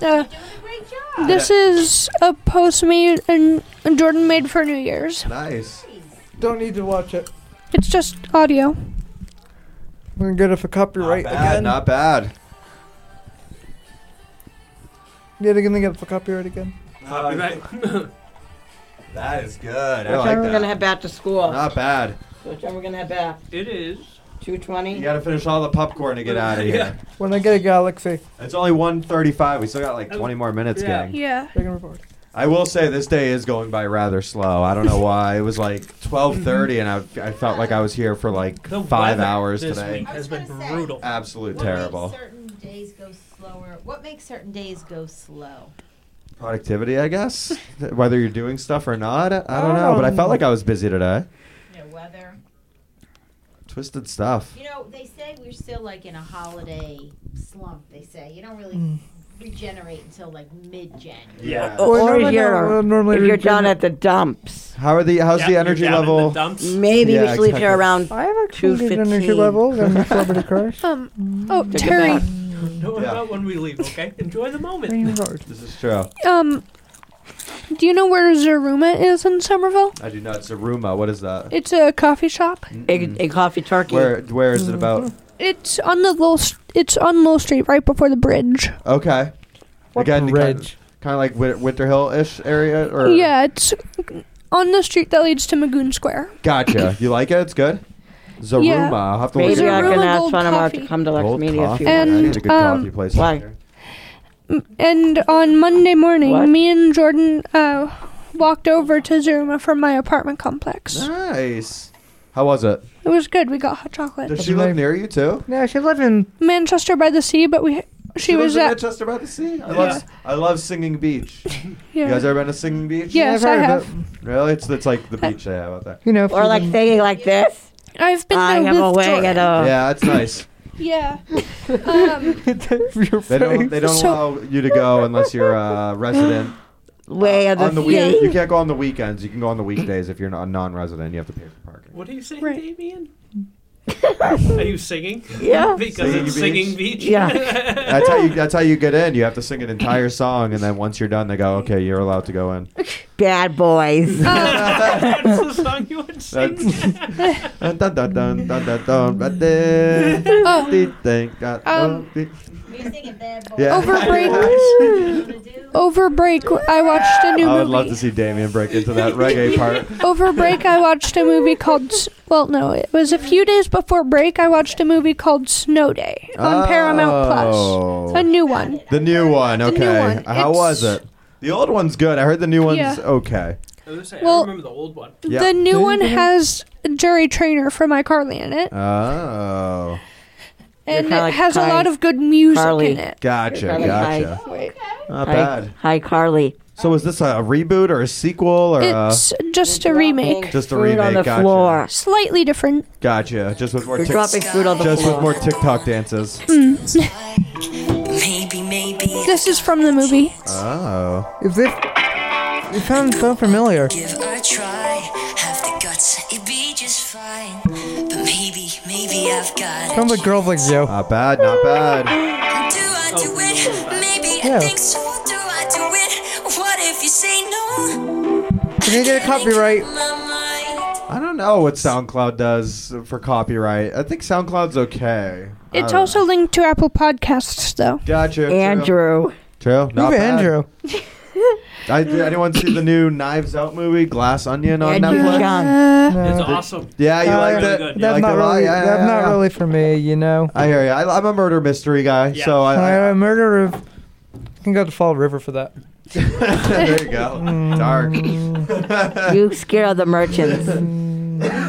Speaker 7: You're doing a great job.
Speaker 1: this is a post me and and Jordan made for New Year's.
Speaker 2: Nice.
Speaker 4: Don't need to watch it.
Speaker 1: It's just audio.
Speaker 4: We're gonna get it for
Speaker 2: Not
Speaker 4: copyright
Speaker 2: bad.
Speaker 4: again.
Speaker 2: Not bad.
Speaker 4: Yeah, they're gonna get it for copyright again.
Speaker 6: Right.
Speaker 2: That is good. I
Speaker 3: What time
Speaker 2: like
Speaker 3: are we gonna
Speaker 2: that.
Speaker 3: head back to school?
Speaker 2: Not bad.
Speaker 3: What time are we gonna head back?
Speaker 6: it is.
Speaker 3: Two
Speaker 2: You
Speaker 3: twenty.
Speaker 2: gotta finish all the popcorn
Speaker 6: (laughs)
Speaker 2: to get out of here.
Speaker 4: When I get a Galaxy,
Speaker 2: It's only 1.35. We still got like
Speaker 6: Oh,
Speaker 2: 20 more minutes,
Speaker 6: yeah.
Speaker 2: gang.
Speaker 1: Yeah.
Speaker 4: they can record.
Speaker 2: I will say this day is going by rather slow. I don't know why. It was like 12.30 and I, I felt like I was here for like
Speaker 6: The
Speaker 2: five
Speaker 6: weather
Speaker 2: hours
Speaker 6: this
Speaker 2: today.
Speaker 6: week
Speaker 7: I
Speaker 6: has
Speaker 7: was
Speaker 6: been
Speaker 7: gonna say.
Speaker 6: brutal.
Speaker 2: Absolute
Speaker 7: What
Speaker 2: terrible.
Speaker 7: Makes certain days go slower. What makes certain days go slow?
Speaker 2: Productivity, I guess. (laughs) Whether you're doing stuff or not, I don't know. But I felt like I was busy today.
Speaker 7: You know, weather.
Speaker 2: Twisted stuff.
Speaker 7: You know, they say we're still like in a holiday slump. They say you don't really regenerate until like mid-January.
Speaker 2: Yeah.
Speaker 3: Or,
Speaker 4: no, no, no,
Speaker 3: here,
Speaker 4: we'll normally
Speaker 3: if you're
Speaker 4: return
Speaker 3: down
Speaker 4: it.
Speaker 3: at the dumps,
Speaker 2: How are the? How's the
Speaker 6: Yeah,
Speaker 2: energy
Speaker 6: you're down in the
Speaker 2: level? Mm.
Speaker 6: dumps.
Speaker 3: maybe
Speaker 2: Yeah,
Speaker 3: we should leave here
Speaker 2: exactly.
Speaker 3: around.
Speaker 4: I have a good energy
Speaker 3: 215.
Speaker 4: level than
Speaker 3: (laughs)
Speaker 4: Celebrity Crush.
Speaker 1: Um. Oh,
Speaker 3: Take it
Speaker 1: Terry.
Speaker 3: back.
Speaker 6: Don't worry
Speaker 2: Yeah.
Speaker 6: about when we leave, okay? Enjoy the moment.
Speaker 4: Bring it forward.
Speaker 2: This is true.
Speaker 1: Um. Do you know where Zaruma is in Somerville?
Speaker 2: I do not. It's a Ruma. What is that?
Speaker 1: It's a coffee shop.
Speaker 3: A, a coffee turkey.
Speaker 2: Where? Where is it about?
Speaker 1: It's on the low. s- It's on Low Street, right before the bridge.
Speaker 2: Okay.
Speaker 4: What
Speaker 2: Again,
Speaker 4: bridge?
Speaker 2: kind of like Win- Winter Hill ish area. Or
Speaker 1: Yeah, it's on the street that leads to Magoon Square. (laughs)
Speaker 2: Gotcha. you like it? It's good. Zaruma.
Speaker 1: Yeah.
Speaker 2: I'll have to look
Speaker 3: Maybe
Speaker 1: There's a
Speaker 3: I
Speaker 2: at
Speaker 1: really
Speaker 3: can ask
Speaker 1: gold
Speaker 3: one of our to
Speaker 1: coffee.
Speaker 3: come to Lex Media if
Speaker 2: coffee.
Speaker 3: you
Speaker 1: And-
Speaker 3: want.
Speaker 2: I need a good
Speaker 1: um,
Speaker 2: coffee place.
Speaker 3: Why?
Speaker 2: over here.
Speaker 1: And on Monday morning,
Speaker 3: What?
Speaker 1: me and Jordan uh, walked over to Zaruma from my apartment complex.
Speaker 2: Nice. How was it?
Speaker 1: It was good. We got hot chocolate.
Speaker 2: Does she live near you too?
Speaker 4: No, she lived in
Speaker 1: Manchester by the sea, but we she,
Speaker 2: lives
Speaker 1: was
Speaker 2: in
Speaker 1: at
Speaker 2: Manchester by the Sea. I love. I love Singing Beach. You guys
Speaker 1: yeah.
Speaker 2: ever been to Singing Beach?
Speaker 1: Yeah. Yes,
Speaker 4: I've heard
Speaker 1: I
Speaker 4: of it.
Speaker 2: Really? It's it's like the beach they have out there.
Speaker 4: You know, if
Speaker 3: Or
Speaker 4: you (laughs)
Speaker 3: like
Speaker 4: can-
Speaker 3: singing like this.
Speaker 1: I've been
Speaker 3: I
Speaker 1: there
Speaker 3: am
Speaker 1: with
Speaker 3: away
Speaker 1: Jordan.
Speaker 3: at a.
Speaker 2: Yeah, it's nice. (laughs)
Speaker 1: Yeah. Um,
Speaker 2: They
Speaker 4: your
Speaker 2: don't.
Speaker 4: face.
Speaker 2: They don't
Speaker 1: So-
Speaker 2: allow you to go unless you're a resident.
Speaker 3: (gasps) way of the,
Speaker 2: on the
Speaker 3: sea.
Speaker 2: week, you can't go on the weekends. You can go on the weekdays if you're not a non-resident. You have to pay for parking.
Speaker 6: What are you saying,
Speaker 1: Right.
Speaker 6: Damien? are you singing?
Speaker 3: Yeah.
Speaker 6: Because it's
Speaker 2: Singing
Speaker 6: singing beach.
Speaker 3: Yeah.
Speaker 2: That's how you. That's how you get in. You have to sing an entire song, and then once you're done, they go, "Okay, you're allowed to go in."
Speaker 3: Bad boys.
Speaker 6: (laughs)
Speaker 1: uh,
Speaker 6: That's the song you would sing. (laughs)
Speaker 2: Dun, dun, dun, dun, dun, dun, dun, dun, dun,
Speaker 1: Oh.
Speaker 2: dun, dun, dun,
Speaker 1: Um,
Speaker 2: dun.
Speaker 7: We're thinking bad boy.
Speaker 2: Yeah.
Speaker 1: Over
Speaker 2: Oh.
Speaker 1: break.
Speaker 2: (laughs)
Speaker 1: Over break, I watched a new
Speaker 2: I would
Speaker 1: movie.
Speaker 2: love to see Damien break into
Speaker 1: (laughs)
Speaker 2: that reggae part.
Speaker 1: Over break, I watched a movie called. S- Well, no, it was a few days before break. I watched a movie called Snow Day on Paramount Plus.
Speaker 2: Oh.
Speaker 1: A new one.
Speaker 2: The new one,
Speaker 1: The
Speaker 2: okay.
Speaker 1: new one.
Speaker 2: How was
Speaker 1: It's-
Speaker 2: it? The old one's good. I heard the new one's
Speaker 1: Yeah.
Speaker 2: okay.
Speaker 6: I was gonna say,
Speaker 1: Well- uh,
Speaker 6: I remember the old one.
Speaker 2: Yeah.
Speaker 1: The new
Speaker 4: Ding,
Speaker 1: one
Speaker 4: ding.
Speaker 1: has Jerry Trainer from iCarly in it,
Speaker 2: Oh,
Speaker 1: and it
Speaker 3: kinda like
Speaker 1: has a
Speaker 3: Kai-
Speaker 1: lot of good music
Speaker 3: Carly.
Speaker 1: in it.
Speaker 2: gotcha,
Speaker 3: Probably
Speaker 2: gotcha.
Speaker 1: Wait,
Speaker 2: Not
Speaker 3: (laughs) hi,
Speaker 2: bad.
Speaker 3: hi, Carly.
Speaker 2: So, is this a reboot or a sequel or a,
Speaker 1: it's just a remake,
Speaker 2: Just a
Speaker 3: food on
Speaker 2: remake,
Speaker 3: the
Speaker 2: gotcha.
Speaker 3: floor.
Speaker 1: slightly different.
Speaker 2: gotcha? Just with more
Speaker 3: We're
Speaker 2: tic-
Speaker 3: dropping food on the
Speaker 2: just with
Speaker 3: floor.
Speaker 2: more TikTok
Speaker 4: (laughs)
Speaker 2: dances.
Speaker 4: Hmm.
Speaker 9: Maybe, maybe
Speaker 1: This is from the movie.
Speaker 2: Oh,
Speaker 4: Is this? It sounds so familiar.
Speaker 9: give a try. Have the guts, it'd be just fine. But maybe, maybe I've got
Speaker 4: Sounds like girls like you.
Speaker 2: not bad, not bad.
Speaker 9: it. Do I do it? Maybe
Speaker 4: Yeah.
Speaker 9: I think so. Do I do it? What if you say no?
Speaker 4: Can you get a copyright?
Speaker 9: My mind.
Speaker 2: I don't know what SoundCloud does for copyright. I think SoundCloud's okay. I
Speaker 1: It's
Speaker 2: don't
Speaker 1: also
Speaker 2: know.
Speaker 1: linked to Apple Podcasts, though.
Speaker 2: gotcha. true.
Speaker 3: Andrew.
Speaker 2: True. Not
Speaker 4: Move it,
Speaker 2: bad.
Speaker 4: Andrew.
Speaker 2: I, did anyone see the new Knives Out movie, Glass Onion (laughs) on
Speaker 3: Andrew
Speaker 2: Netflix?
Speaker 3: Young.
Speaker 4: No,
Speaker 1: Uh,
Speaker 6: It's
Speaker 4: that's
Speaker 6: awesome.
Speaker 2: Yeah, you
Speaker 4: Uh,
Speaker 2: liked
Speaker 6: really
Speaker 2: it.
Speaker 6: good.
Speaker 2: You
Speaker 6: That's
Speaker 2: liked
Speaker 4: not
Speaker 2: it a lot?
Speaker 4: really.
Speaker 2: Yeah,
Speaker 4: that's
Speaker 2: yeah,
Speaker 4: not
Speaker 2: yeah.
Speaker 4: really for me, you know.
Speaker 2: I hear you. I, I'm a murder mystery guy,
Speaker 6: Yeah.
Speaker 2: so I.
Speaker 4: I,
Speaker 2: I
Speaker 4: I murder. Of, I can go to Fall River for that.
Speaker 2: (laughs) there you go.
Speaker 4: Hmm.
Speaker 2: Dark.
Speaker 3: Hmm. You scare the merchants.
Speaker 2: (laughs)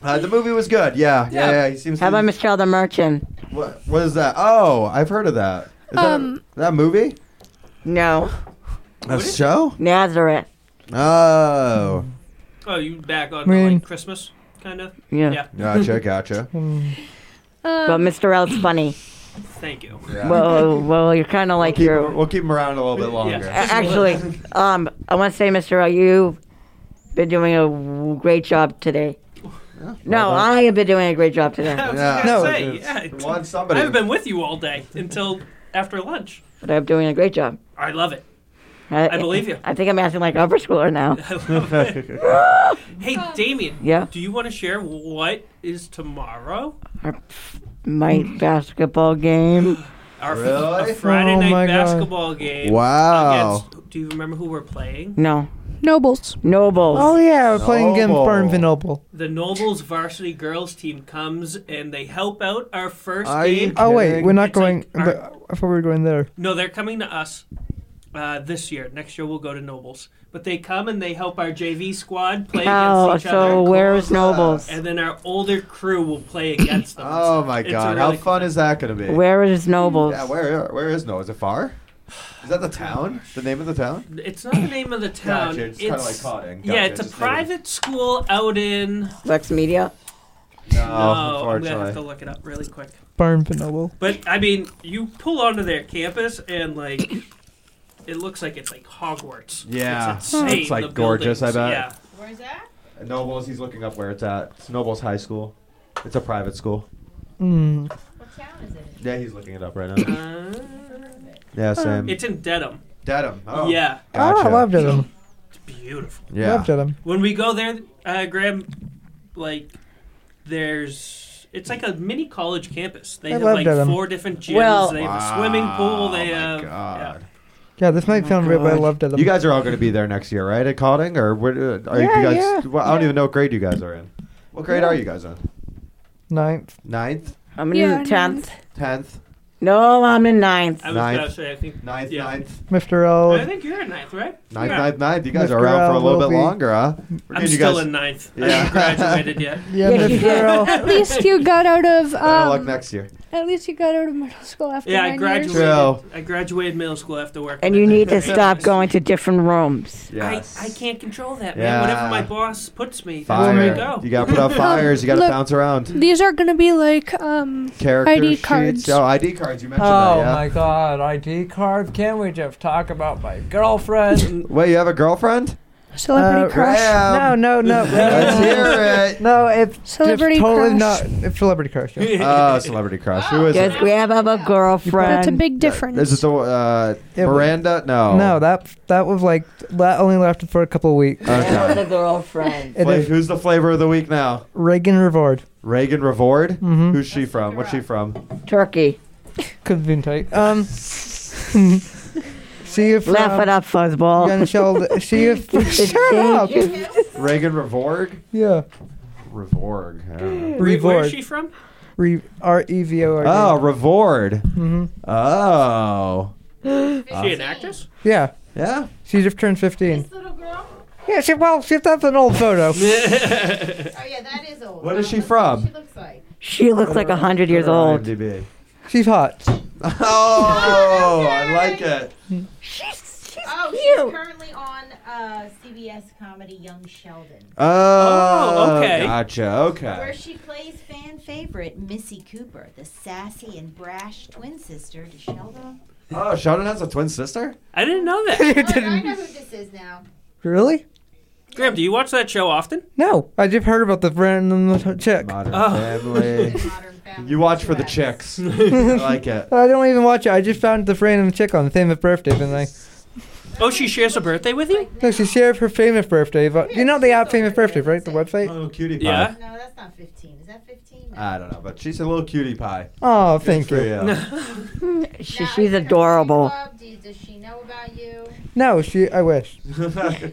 Speaker 2: Uh, the movie was good. Yeah, yeah,
Speaker 6: Yeah.
Speaker 2: yeah. He seems.
Speaker 3: How
Speaker 2: to
Speaker 3: about Michelle the Merchant?
Speaker 2: what, what is that? Oh, I've heard of that. Is
Speaker 1: Um,
Speaker 2: that, that movie?
Speaker 3: No,
Speaker 2: A show?
Speaker 3: Nazareth.
Speaker 2: Oh,
Speaker 6: Oh, you back on
Speaker 4: Mean.
Speaker 6: like Christmas, kind of?
Speaker 3: Yeah.
Speaker 6: Yeah. (laughs)
Speaker 2: gotcha, gotcha.
Speaker 3: But
Speaker 1: Um,
Speaker 3: Mr. L's funny.
Speaker 6: Thank you. (laughs)
Speaker 2: Yeah.
Speaker 3: Well, well, you're kind of like
Speaker 2: keep,
Speaker 3: your.
Speaker 2: we'll keep him around a little bit longer.
Speaker 6: Yeah.
Speaker 3: A- Actually, um, I want to say, Mr. L, you've been doing a w- great job today. No, I have been doing a great job today.
Speaker 6: I was
Speaker 2: Yeah.
Speaker 6: just gonna
Speaker 2: No,
Speaker 6: say,
Speaker 2: it's-
Speaker 6: yeah,
Speaker 2: we want
Speaker 6: I
Speaker 2: somebody.
Speaker 6: haven't
Speaker 2: (laughs)
Speaker 6: been with you all day until after lunch.
Speaker 3: But I'm doing a great job.
Speaker 6: I love it. I believe you.
Speaker 3: I think I'm acting like upper schooler now.
Speaker 6: I
Speaker 2: (laughs)
Speaker 6: love it. hey, Damien.
Speaker 3: Yeah.
Speaker 6: Do you want to share what is tomorrow?
Speaker 3: My basketball game.
Speaker 6: Our f-
Speaker 2: Really?
Speaker 6: a Friday
Speaker 4: Oh my
Speaker 6: night
Speaker 4: God.
Speaker 6: basketball game.
Speaker 2: Wow.
Speaker 6: Against, do you remember who we're playing?
Speaker 3: No,
Speaker 1: Nobles.
Speaker 3: Nobles.
Speaker 4: Oh yeah, we're playing against
Speaker 2: Noble.
Speaker 4: Barnville Noble.
Speaker 6: The Nobles varsity girls team comes and they help out our first
Speaker 2: Are you
Speaker 6: game.
Speaker 4: Oh wait,
Speaker 2: Kidding.
Speaker 4: we're not
Speaker 6: It's
Speaker 4: going.
Speaker 6: like-
Speaker 4: but I thought we were going there.
Speaker 6: No, they're coming to us uh, this year. Next year we'll go to Nobles. But they come and they help our JV squad play
Speaker 3: Oh,
Speaker 6: against each other.
Speaker 3: so where's
Speaker 2: Cool.
Speaker 3: Nobles?
Speaker 6: And then our older crew will play against them.
Speaker 2: Oh my
Speaker 6: It's a
Speaker 2: god,
Speaker 6: really
Speaker 2: how fun is that going to be?
Speaker 3: Where is Nobles?
Speaker 2: Yeah, where where is Noah? Is it far? Is that the town? The name of the town?
Speaker 6: It's not the name of the town.
Speaker 2: Gotcha, it's kinda
Speaker 6: it's
Speaker 2: like Cotting.
Speaker 6: yeah,
Speaker 2: Gotcha,
Speaker 6: it's a
Speaker 2: just named-
Speaker 6: private school out in.
Speaker 3: Lex Media.
Speaker 2: No,
Speaker 6: oh, I'm gonna have to
Speaker 2: unfortunately.
Speaker 6: look it up really quick.
Speaker 4: Barnville Noble.
Speaker 6: But I mean, you pull onto their campus and like, it looks like it's like Hogwarts.
Speaker 2: Yeah.
Speaker 6: it's, insane,
Speaker 2: It's, like,
Speaker 6: the
Speaker 2: gorgeous, I
Speaker 6: buildings.
Speaker 2: bet.
Speaker 7: Where's that?
Speaker 2: Nobles, he's looking up where it's at. It's Nobles High School. It's a private school.
Speaker 4: Mm.
Speaker 7: What town is it? in?
Speaker 2: Yeah, he's looking it up right now.
Speaker 6: Yeah. Uh,
Speaker 2: yeah, Sam.
Speaker 6: it's in Dedham.
Speaker 2: Dedham. Oh.
Speaker 6: Yeah,
Speaker 4: Ah,
Speaker 2: Gotcha.
Speaker 4: I loved it.
Speaker 6: it's beautiful.
Speaker 2: Yeah.
Speaker 4: Loved it.
Speaker 6: When we go there, uh, Graham, like, there's. It's like a mini college campus. They
Speaker 4: I
Speaker 6: have
Speaker 4: love
Speaker 6: like
Speaker 4: Dedham.
Speaker 6: four different gyms.
Speaker 3: Well-
Speaker 6: they have a swimming pool. They
Speaker 2: Wow, my
Speaker 6: have.
Speaker 2: God.
Speaker 4: Yeah, this might sound weird, but I
Speaker 3: God.
Speaker 4: loved it.
Speaker 2: Oh You guys are all going to be there next year, right? At Cotting, or what? uh, Are
Speaker 4: Yeah,
Speaker 2: you guys?
Speaker 4: yeah.
Speaker 2: Well, I don't even know what grade you guys are in. What grade are you guys in?
Speaker 4: ninth.
Speaker 2: Ninth,
Speaker 3: I'm in
Speaker 1: Yeah,
Speaker 3: the tenth.
Speaker 2: tenth,
Speaker 3: No, I'm in ninth.
Speaker 6: I was
Speaker 2: Ninth.
Speaker 6: gonna say, I think.
Speaker 2: ninth,
Speaker 6: Yeah.
Speaker 2: ninth,
Speaker 4: Mr.
Speaker 6: I
Speaker 4: L.
Speaker 6: think you're in ninth, right?
Speaker 2: ninth,
Speaker 6: Yeah.
Speaker 2: ninth, ninth. You guys
Speaker 4: Mr.
Speaker 2: are around for a
Speaker 4: Al
Speaker 2: little
Speaker 4: will
Speaker 2: bit
Speaker 4: be-
Speaker 2: longer, huh? We're
Speaker 6: I'm
Speaker 2: getting you
Speaker 6: still
Speaker 2: guys-
Speaker 6: in ninth. I
Speaker 2: Yeah. (laughs)
Speaker 6: haven't graduated yet.
Speaker 4: Yeah,
Speaker 3: Yeah, you
Speaker 4: Mr. L.
Speaker 1: At least you got out of.
Speaker 2: Better luck
Speaker 1: Um,
Speaker 2: next year.
Speaker 1: at least you got out of middle school after.
Speaker 6: Yeah, I
Speaker 1: nine
Speaker 6: graduated.
Speaker 1: Years.
Speaker 2: True.
Speaker 6: I graduated middle school after work.
Speaker 3: And you need to stop going to different rooms.
Speaker 2: Yes.
Speaker 6: I, I can't control that, man.
Speaker 2: Yeah.
Speaker 6: Whatever my boss puts me, that's where I
Speaker 2: Fire.
Speaker 6: go.
Speaker 2: You got to put
Speaker 6: (laughs)
Speaker 2: out fires. You got to
Speaker 1: look-
Speaker 2: bounce around.
Speaker 1: These are gonna be like um.
Speaker 2: Character
Speaker 1: ID
Speaker 2: sheets.
Speaker 1: cards.
Speaker 2: Oh, ID cards. You mentioned that.
Speaker 4: Oh
Speaker 2: Yeah.
Speaker 4: my God, ID card. Can we just talk about my
Speaker 2: (laughs)
Speaker 4: girlfriend?
Speaker 2: Wait, you have a
Speaker 6: (laughs)
Speaker 2: girlfriend?
Speaker 1: Celebrity
Speaker 4: Uh,
Speaker 1: crush.
Speaker 4: no,
Speaker 2: Graham,
Speaker 4: no, no.
Speaker 2: Let's
Speaker 4: no.
Speaker 2: hear
Speaker 4: No, it's just
Speaker 1: Celebrity
Speaker 4: totally
Speaker 1: crush.
Speaker 4: not. It's celebrity crush. Yeah.
Speaker 6: (laughs)
Speaker 2: it. Oh, celebrity crush. Who is
Speaker 3: Just
Speaker 2: it?
Speaker 3: grab up a girlfriend.
Speaker 1: That's a big difference.
Speaker 2: Is it the uh,
Speaker 4: Yeah, but-
Speaker 2: Miranda? No.
Speaker 4: No, that that was like that only lasted for a couple of weeks.
Speaker 2: Okay.
Speaker 3: a girlfriend.
Speaker 4: (laughs) It
Speaker 2: Wait,
Speaker 4: is
Speaker 2: who's the flavor of the week now?
Speaker 4: Reagan Revard.
Speaker 2: Reagan Revord.
Speaker 4: Mhm.
Speaker 2: Who's she from? What's she from?
Speaker 3: Turkey.
Speaker 4: Could have been tight. Um, (laughs) she is from
Speaker 3: Laugh it up, fuzzball.
Speaker 4: Young Sheldon. She is.
Speaker 3: (laughs)
Speaker 4: (laughs) Shut up.
Speaker 2: Reagan Revorg.
Speaker 4: Yeah.
Speaker 2: Revorg. I don't know.
Speaker 6: Wait, where is she
Speaker 4: Revard.
Speaker 6: from?
Speaker 4: Re- R E V O R. D.
Speaker 2: Oh, Revord.
Speaker 4: Mhm.
Speaker 2: Oh,
Speaker 6: she an actress?
Speaker 4: Yeah.
Speaker 2: yeah.
Speaker 4: She just turned 15.
Speaker 7: This little girl?
Speaker 4: Yeah. She well, she, that's an old photo.
Speaker 7: Oh yeah, that is old.
Speaker 2: What
Speaker 7: What is
Speaker 2: is she from?
Speaker 7: she looks like.
Speaker 3: She looks like a hundred years
Speaker 2: Her
Speaker 3: old.
Speaker 2: IMDb.
Speaker 4: She's hot.
Speaker 2: Oh, I like it.
Speaker 7: Oh, she's currently on uh, CBS comedy Young Sheldon,
Speaker 2: Oh,
Speaker 6: okay.
Speaker 2: Gotcha.
Speaker 7: where
Speaker 2: Okay.
Speaker 7: she plays fan favorite Missy Cooper, the sassy and brash twin sister
Speaker 2: (laughs)
Speaker 7: to Sheldon.
Speaker 2: Oh, Sheldon has a twin sister.
Speaker 6: I didn't know
Speaker 3: (laughs)
Speaker 6: that.
Speaker 7: Look, Oh, I know who this is now.
Speaker 4: Really?
Speaker 6: Graham, do you watch that show often?
Speaker 4: No, I just heard about the random chick.
Speaker 2: Modern
Speaker 6: Oh.
Speaker 2: Family.
Speaker 7: Modern Family.
Speaker 2: (laughs) You watch for the
Speaker 7: US.
Speaker 2: chicks. I like it.
Speaker 4: I don't even watch it. I just found the random chick on the famous birthday, and I
Speaker 6: Oh, she shares a birthday with you?
Speaker 4: no, she shared her famous birthday. But you know the app famous birthday, right? The website.
Speaker 2: Oh, cutie pie.
Speaker 6: Yeah.
Speaker 7: No, that's not 15. Is that 15? No.
Speaker 2: I don't know, but she's a little cutie pie.
Speaker 4: Oh, thank you.
Speaker 3: She,
Speaker 7: Now,
Speaker 3: she's
Speaker 7: is it her
Speaker 3: adorable.
Speaker 7: club? Do you- Does she know about you?
Speaker 4: No, she. I wish.
Speaker 2: you.
Speaker 4: Wait,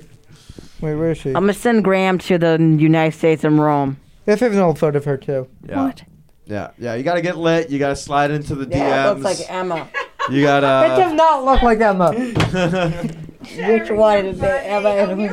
Speaker 4: where is she?
Speaker 3: I'm gonna send Graham to the United States in Rome.
Speaker 4: If there's an old photo of her too.
Speaker 2: (laughs) Yeah.
Speaker 1: What?
Speaker 2: Yeah, yeah. You gotta get lit. You gotta slide into the DMs.
Speaker 3: Emma.
Speaker 2: you
Speaker 4: it does
Speaker 3: (laughs)
Speaker 2: gotta.
Speaker 4: not look like Emma.
Speaker 3: Which one is it? Am
Speaker 7: Oh,
Speaker 3: I in who's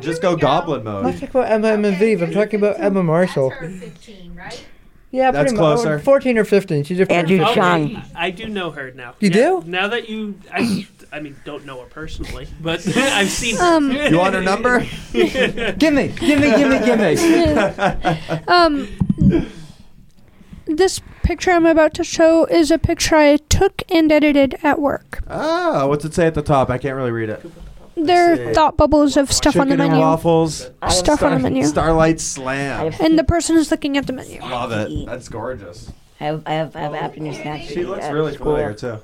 Speaker 2: (laughs) Just go goblin mode.
Speaker 4: I'm not talking about Emma and Aviv. I'm talking about Emma Marshall.
Speaker 7: That's her 15, right?
Speaker 4: Yeah,
Speaker 2: That's
Speaker 4: pretty much.
Speaker 2: closer.
Speaker 4: 14 or 15. She's different.
Speaker 3: Andrew
Speaker 6: Okay,
Speaker 3: Shine.
Speaker 6: Oh, I do know her now.
Speaker 4: You
Speaker 6: Yeah,
Speaker 4: do?
Speaker 6: Now that you, I, I mean, don't know her personally, but (laughs) I've seen her. (laughs)
Speaker 1: Um,
Speaker 2: You want her
Speaker 3: (laughs)
Speaker 2: number? (laughs)
Speaker 4: Gimme, gimme, gimme, gimme.
Speaker 1: Um, this picture I'm about to show is a picture I took and edited at work.
Speaker 2: Ah, what's it say at the top? I can't really read it.
Speaker 1: There are
Speaker 2: See.
Speaker 1: thought bubbles of stuff
Speaker 2: Chicken
Speaker 1: on the
Speaker 2: and
Speaker 1: menu,
Speaker 2: waffles.
Speaker 1: Stuff on the menu.
Speaker 2: Starlight Slam.
Speaker 1: and the person is looking at the menu.
Speaker 2: Love it. That's gorgeous.
Speaker 3: I have, I have, I have afternoon snacks.
Speaker 2: She looks
Speaker 3: at
Speaker 2: really
Speaker 3: school.
Speaker 2: familiar too.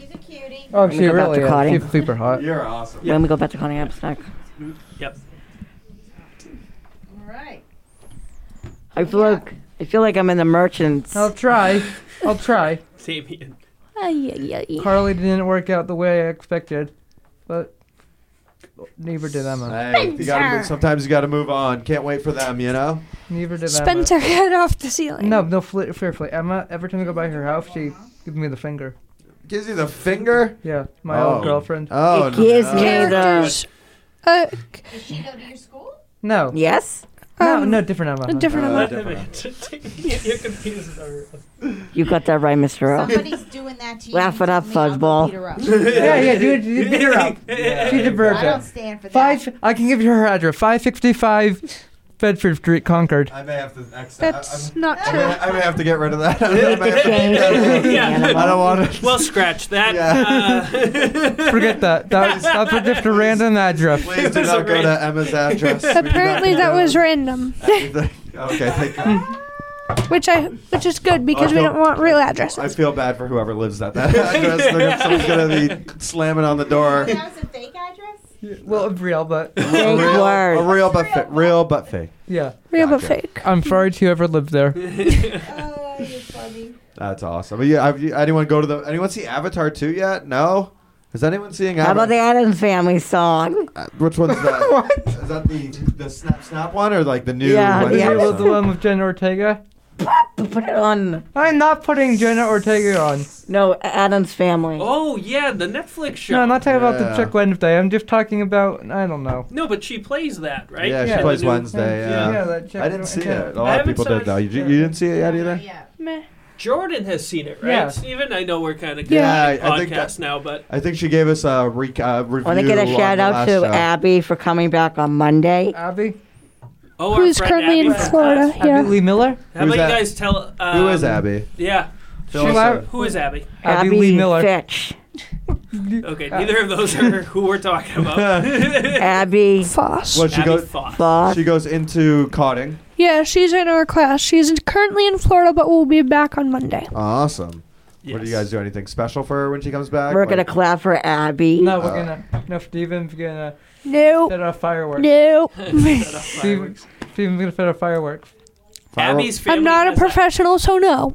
Speaker 7: She's a cutie.
Speaker 4: Oh,
Speaker 3: me
Speaker 4: she
Speaker 3: go back
Speaker 4: really
Speaker 3: to
Speaker 4: is.
Speaker 3: Claudia.
Speaker 4: She's super hot.
Speaker 2: You're awesome.
Speaker 3: When we go back to Connie, I have a snack.
Speaker 6: Yep.
Speaker 7: All right.
Speaker 3: I feel like I feel like I'm in the merchants.
Speaker 4: I'll try. I'll try.
Speaker 6: Damien.
Speaker 1: Ay, ay, ay.
Speaker 4: Carly didn't work out the way I expected, but neither did Emma.
Speaker 2: Hey, you gotta, move- sometimes you got to move on. Can't wait for them, you know.
Speaker 4: Neither did
Speaker 1: Spencer head off the ceiling.
Speaker 4: Emma. No, no, fl- fairly. Emma, every time I go by her house, she gives me the finger.
Speaker 2: Gives you the finger.
Speaker 4: Yeah, my
Speaker 2: Oh.
Speaker 4: old girlfriend.
Speaker 2: Oh,
Speaker 3: It gives
Speaker 2: no.
Speaker 3: me-
Speaker 1: Characters. Uh,
Speaker 7: Does she go to your school?
Speaker 4: No.
Speaker 3: Yes,
Speaker 4: No,
Speaker 1: um,
Speaker 4: no, different Emma.
Speaker 1: a different
Speaker 2: Uh,
Speaker 1: amount.
Speaker 6: Let him in. You're confused over.
Speaker 2: (laughs)
Speaker 3: you got that right, Mister O.
Speaker 7: Somebody's doing that to you.
Speaker 3: Laugh it up,
Speaker 7: Tell me I'll
Speaker 3: fudgeball.
Speaker 7: beat
Speaker 2: (laughs)
Speaker 7: her up.
Speaker 4: yeah, yeah, do it. Do it her (laughs) up. She's a
Speaker 7: I don't
Speaker 4: virgin.
Speaker 7: stand for that.
Speaker 4: Five. I can give you her address. Five sixty-five, Bedford Street, Concord.
Speaker 2: I may have to. Ex- I,
Speaker 1: That's
Speaker 2: I'm-
Speaker 1: not
Speaker 2: I,
Speaker 1: true.
Speaker 2: may, I may have to get rid of that. (laughs) I, may have to-
Speaker 3: Change the
Speaker 6: Yeah.
Speaker 3: animal.
Speaker 2: I don't want to.
Speaker 6: Well, scratch that. Uh, (laughs)
Speaker 4: Forget that. That was, that's a different random address.
Speaker 2: Please do
Speaker 6: It's
Speaker 2: not go
Speaker 6: alright.
Speaker 2: to Emma's address. We do not
Speaker 1: Apparently that
Speaker 2: condone
Speaker 1: was
Speaker 2: (laughs)
Speaker 1: random,
Speaker 2: anything. okay, thank God.
Speaker 1: which I which is good because we
Speaker 2: feel-
Speaker 1: don't want real
Speaker 2: I
Speaker 1: addresses.
Speaker 2: feel bad for whoever lives at that (laughs) address. They're gonna- Someone's gonna be slamming on the
Speaker 7: (laughs)
Speaker 2: door.
Speaker 7: That was a fake address?
Speaker 2: (laughs)
Speaker 4: Well, real, but
Speaker 2: A
Speaker 3: Big
Speaker 2: real, a
Speaker 3: word.
Speaker 2: real but fa- real but fake.
Speaker 4: yeah.
Speaker 1: Real but
Speaker 2: Gotcha.
Speaker 1: fake.
Speaker 4: I'm sorry to whoever lived there.
Speaker 7: Oh, you're funny.
Speaker 2: That's awesome. Yeah, have you, anyone go to the? Anyone see Avatar two yet? No. Is anyone seeing
Speaker 3: How
Speaker 2: Avatar?
Speaker 3: about the Adams Family song?
Speaker 2: Uh, which one's that? what? Is that the the snap snap one or like the new?
Speaker 3: Yeah,
Speaker 2: one?
Speaker 3: yeah.
Speaker 4: It was the one with Jenna Ortega.
Speaker 3: Put it on.
Speaker 4: I'm not putting Jenna Ortega on.
Speaker 3: No, Adams Family.
Speaker 6: oh yeah, the Netflix show.
Speaker 4: No, I'm not talking about the
Speaker 2: Yeah.
Speaker 4: chick Wednesday. I'm just talking about I don't know.
Speaker 6: No, but she plays that, right?
Speaker 2: Yeah, she
Speaker 4: Yeah.
Speaker 2: plays
Speaker 6: The new-
Speaker 2: Wednesday. Yeah.
Speaker 4: yeah, that chick.
Speaker 2: I didn't see it. A
Speaker 4: yeah.
Speaker 6: I
Speaker 2: lot of
Speaker 6: haven't
Speaker 2: people
Speaker 6: seen
Speaker 2: did
Speaker 6: it.
Speaker 2: though. You, you didn't see it yet either.
Speaker 7: Oh, Yeah.
Speaker 1: Meh.
Speaker 6: Jordan has seen it, right?
Speaker 4: Yeah.
Speaker 6: Steven, I know we're kind of
Speaker 2: Yeah,
Speaker 6: yeah,
Speaker 2: I- I think
Speaker 6: podcast
Speaker 2: that-
Speaker 6: now, but
Speaker 2: I think she gave us a re- uh, review.
Speaker 3: I want to get a
Speaker 2: on the
Speaker 3: shout out
Speaker 2: last
Speaker 3: to
Speaker 2: show.
Speaker 3: Abby for coming back on Monday.
Speaker 4: Abby.
Speaker 6: oh, our
Speaker 1: Who's
Speaker 6: friend
Speaker 1: currently
Speaker 6: Abby
Speaker 1: in
Speaker 6: from
Speaker 1: Florida?
Speaker 6: Class.
Speaker 4: Abby
Speaker 1: Yeah.
Speaker 4: Lee Miller.
Speaker 6: How
Speaker 2: Who's
Speaker 6: about
Speaker 2: that?
Speaker 6: you guys tell? Um,
Speaker 2: Who is Abby?
Speaker 6: Yeah,
Speaker 2: Fill
Speaker 4: She
Speaker 2: us
Speaker 4: laugh-
Speaker 2: in.
Speaker 6: who is Abby?
Speaker 4: Abby, Lee Miller. (laughs)
Speaker 3: Fitch.
Speaker 6: Okay,
Speaker 4: Uh,
Speaker 6: neither of those are who we're talking
Speaker 2: (laughs)
Speaker 6: about.
Speaker 3: Abby
Speaker 1: Foss.
Speaker 2: Well, she
Speaker 6: Abby
Speaker 2: goes.
Speaker 6: Foss.
Speaker 3: Foss.
Speaker 2: She goes into cotting.
Speaker 1: Yeah, she's in our class. She's currently in Florida, but will be back on Monday.
Speaker 2: Awesome. What do
Speaker 6: Yes.
Speaker 2: you guys do? Anything special for her when she comes back?
Speaker 3: We're
Speaker 2: Like-
Speaker 3: gonna clap for Abby.
Speaker 4: No, we're gonna. No, Steven's gonna
Speaker 1: Nope.
Speaker 4: set off fireworks.
Speaker 1: Nope.
Speaker 6: Set off
Speaker 4: Steven,
Speaker 6: fireworks.
Speaker 4: Steven's gonna set off fireworks.
Speaker 2: Firework-
Speaker 6: Abby's family.
Speaker 1: I'm not a
Speaker 6: has
Speaker 1: professional, so no.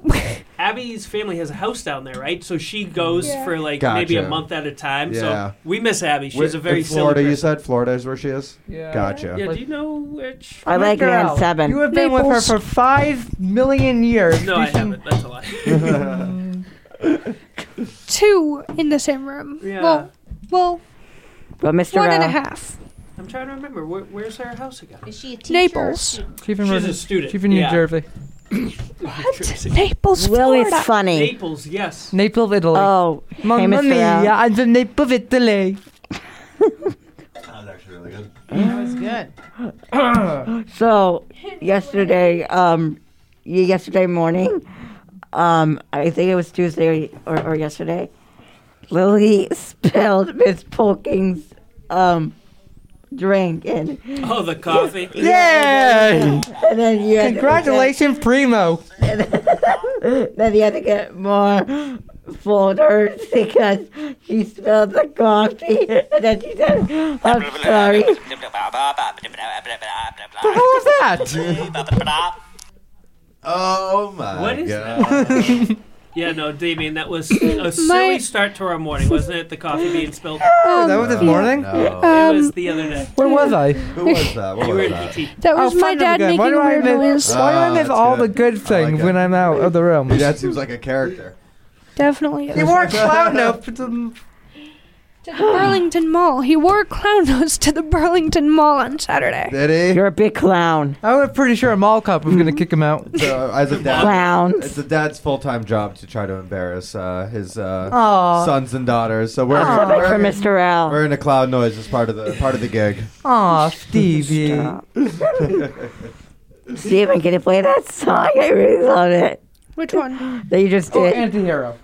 Speaker 6: Abby's family has a house down there, right? So she goes
Speaker 1: Yeah.
Speaker 6: for like
Speaker 2: Gotcha.
Speaker 6: maybe a month at a time.
Speaker 2: Yeah.
Speaker 6: So we miss Abby. She's
Speaker 2: Wait,
Speaker 6: a very
Speaker 2: in Florida.
Speaker 6: silly
Speaker 2: You
Speaker 6: person.
Speaker 2: said Florida is where she is.
Speaker 4: Yeah.
Speaker 2: Gotcha.
Speaker 6: Yeah, do you know which?
Speaker 3: I like it
Speaker 4: Girl,
Speaker 3: on seven.
Speaker 4: You have been with her
Speaker 1: Naples.
Speaker 4: for five million years.
Speaker 6: No,
Speaker 4: You
Speaker 6: I
Speaker 4: can-
Speaker 6: haven't. That's a lie.
Speaker 1: Two in the same room.
Speaker 6: Yeah.
Speaker 1: Well, well,
Speaker 3: but Mr.
Speaker 1: one and a
Speaker 3: O,
Speaker 1: half.
Speaker 6: I'm trying to remember. Where, where's her house again?
Speaker 7: Is she a teacher?
Speaker 1: Naples.
Speaker 4: She from,
Speaker 6: She's
Speaker 4: Rhode-
Speaker 6: a student.
Speaker 4: she from New
Speaker 6: yeah.
Speaker 4: Jersey.
Speaker 1: What? Naples,
Speaker 3: Willie's
Speaker 1: Florida.
Speaker 3: funny.
Speaker 6: Naples, yes.
Speaker 4: Naples, Italy.
Speaker 3: Oh, hey,
Speaker 4: Mamma
Speaker 3: Mr. O.
Speaker 4: mia, I'm from Naples, Italy.
Speaker 7: That was good.
Speaker 3: So yesterday, um, y- yesterday morning, um, I think it was Tuesday or, or yesterday, Lily (laughs) spilled Miss Polking's um drink and
Speaker 6: Oh, the coffee.
Speaker 4: Yay!
Speaker 3: and then you (laughs) had
Speaker 4: Congratulations, Primo.
Speaker 3: then you had to get more folders because she spilled the coffee (laughs) and then she said, "I'm
Speaker 9: (laughs)
Speaker 3: sorry."
Speaker 4: What was that?
Speaker 2: Oh my
Speaker 6: What is
Speaker 2: (laughs) god.
Speaker 6: Yeah, no, Damien, that was a silly start to our morning, wasn't it? The coffee being spilled.
Speaker 4: that was this
Speaker 2: No,
Speaker 4: morning?
Speaker 2: No.
Speaker 6: It
Speaker 1: Um,
Speaker 6: was the other day.
Speaker 4: Where was I?
Speaker 2: Who was that? What
Speaker 6: You were
Speaker 2: was
Speaker 6: in E
Speaker 2: that?
Speaker 6: PT.
Speaker 1: That was
Speaker 4: Oh,
Speaker 1: my
Speaker 4: fun
Speaker 1: dad
Speaker 4: again.
Speaker 1: making
Speaker 4: Why do I
Speaker 1: weird
Speaker 4: miss-
Speaker 1: noise.
Speaker 4: Why do I
Speaker 2: Oh,
Speaker 4: miss
Speaker 2: that's
Speaker 4: all the
Speaker 2: good.
Speaker 4: good
Speaker 2: I like
Speaker 4: things
Speaker 2: it.
Speaker 4: when I'm out of the room? (laughs)
Speaker 2: Your dad seems like a character. (laughs)
Speaker 1: Definitely.
Speaker 4: You
Speaker 1: Is.
Speaker 4: weren't clown up.
Speaker 1: to the Burlington Mall. He wore a clown nose to the Burlington Mall on Saturday.
Speaker 2: Did he?
Speaker 3: You're a big clown.
Speaker 4: I'm pretty sure a mall cop was going to kick him (laughs) out.
Speaker 2: So, as a dad, it's
Speaker 3: Clowns.
Speaker 2: a dad's full-time job to try to embarrass uh, his uh,
Speaker 3: Aw.
Speaker 2: sons and daughters. So we're,
Speaker 3: Except
Speaker 2: we're,
Speaker 3: for Mr. L.
Speaker 2: we're in a cloud noise as part of the part of the gig.
Speaker 4: Aw, (laughs) Stevie.
Speaker 3: Steven, can you play that song? I really love it.
Speaker 1: Which one?
Speaker 3: That you just
Speaker 4: Oh,
Speaker 3: did.
Speaker 4: anti-hero.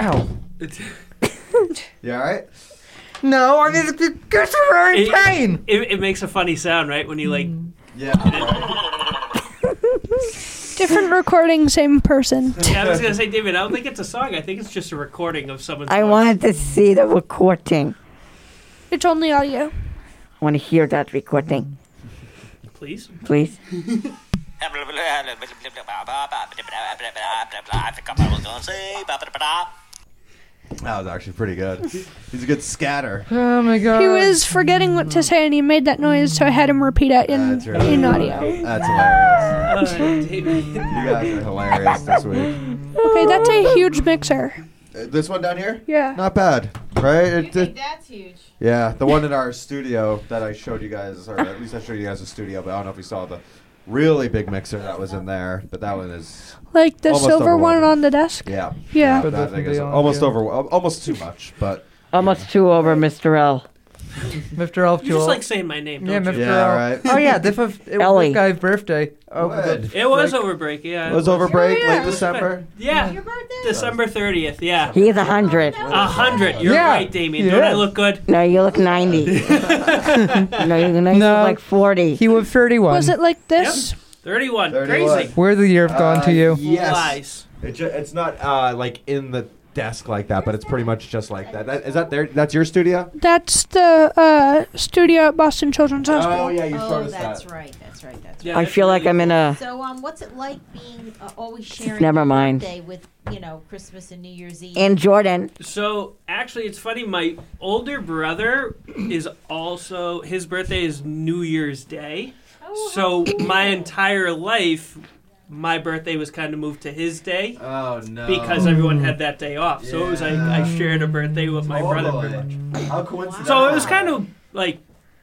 Speaker 4: Ow.
Speaker 2: You all right?
Speaker 4: No, I mean, it's- it's very
Speaker 6: It-
Speaker 4: pain.
Speaker 6: It, it makes a funny sound, right? When you like,
Speaker 2: Yeah. all right.
Speaker 1: Different recording, same person.
Speaker 6: yeah, I was gonna say, David, I don't think it's a song. I think it's just a recording of someone's.
Speaker 3: I
Speaker 6: voice.
Speaker 3: wanted to see the recording.
Speaker 1: It's only audio.
Speaker 3: I want to hear that recording,
Speaker 6: please.
Speaker 3: please.
Speaker 2: That was actually pretty good. He's a good scatter.
Speaker 4: Oh my god.
Speaker 1: He was forgetting what to say and he made that noise, so I had him repeat it in,
Speaker 2: That's really
Speaker 1: in
Speaker 2: good.
Speaker 1: audio.
Speaker 2: That's hilarious.
Speaker 6: Uh, David.
Speaker 2: You guys are hilarious this week.
Speaker 1: Okay, that's a huge mixer.
Speaker 2: Uh, This one down here?
Speaker 1: Yeah.
Speaker 2: Not bad, right?
Speaker 7: You
Speaker 2: It,
Speaker 7: think
Speaker 2: it,
Speaker 7: that's huge?
Speaker 2: yeah, the one in our studio that I showed you guys, or at least I showed you guys the studio, but I don't know if you saw the really big mixer that was in there. But that one is,
Speaker 1: Like the
Speaker 2: Almost
Speaker 1: silver one
Speaker 2: overwhelming.
Speaker 1: on the desk.
Speaker 2: yeah,
Speaker 1: Yeah.
Speaker 2: that,
Speaker 4: But
Speaker 2: that
Speaker 4: this
Speaker 2: thing
Speaker 4: would be
Speaker 2: is
Speaker 4: on,
Speaker 2: almost
Speaker 4: yeah.
Speaker 2: over, al- almost too much. But
Speaker 3: Almost two over, Mr. L.
Speaker 4: Mr. Elf
Speaker 6: You just like saying my name,
Speaker 4: Yeah,
Speaker 6: don't
Speaker 4: Mr.
Speaker 6: you?
Speaker 2: Yeah,
Speaker 4: L.
Speaker 2: right.
Speaker 4: (laughs) Oh yeah, this was, it was
Speaker 3: Ellie.
Speaker 4: this guy's birthday. Oh,
Speaker 2: What?
Speaker 6: It was over break. Yeah,
Speaker 2: it was over break,
Speaker 1: yeah.
Speaker 2: late December.
Speaker 6: Yeah,
Speaker 7: Your birthday?
Speaker 6: December thirtieth. Yeah,
Speaker 3: He's a hundred.
Speaker 6: a hundred. You're
Speaker 4: Yeah.
Speaker 6: right, Damien. Don't I
Speaker 4: Yeah.
Speaker 6: look good?
Speaker 3: No, you look ninety. (laughs) no, you look
Speaker 4: No.
Speaker 3: like forty.
Speaker 4: He was 31.
Speaker 1: Was it like this?
Speaker 6: Thirty-one.
Speaker 2: 31.
Speaker 6: Crazy.
Speaker 4: Where the year have gone
Speaker 2: Uh,
Speaker 4: to you?
Speaker 2: Yes.
Speaker 6: Lies.
Speaker 2: It ju- it's not uh, like in the desk like that, but it's pretty much just like that. that is that there? That's your studio?
Speaker 1: That's the uh, studio at Boston Children's Hospital.
Speaker 2: Oh yeah, you
Speaker 7: Oh,
Speaker 2: showed us
Speaker 7: that's
Speaker 2: that.
Speaker 7: right. That's right. That's
Speaker 6: Yeah,
Speaker 3: I
Speaker 6: that's
Speaker 3: feel
Speaker 6: really-
Speaker 3: like I'm in a.
Speaker 7: right. So, um, what's it like being uh, always sharing
Speaker 3: Never
Speaker 7: your
Speaker 3: mind.
Speaker 7: birthday with you know Christmas and New Year's Eve?
Speaker 3: in Jordan.
Speaker 6: So actually, it's funny. My older brother is also his birthday is New Year's Day.
Speaker 7: Oh,
Speaker 6: So
Speaker 2: (laughs)
Speaker 6: my entire life, my birthday was kind of moved to his day
Speaker 2: Oh no!
Speaker 6: because everyone had that day off. So it was like I shared a birthday with
Speaker 2: Oh,
Speaker 6: my brother pretty much.
Speaker 2: How coincidental!
Speaker 6: So it was kind of like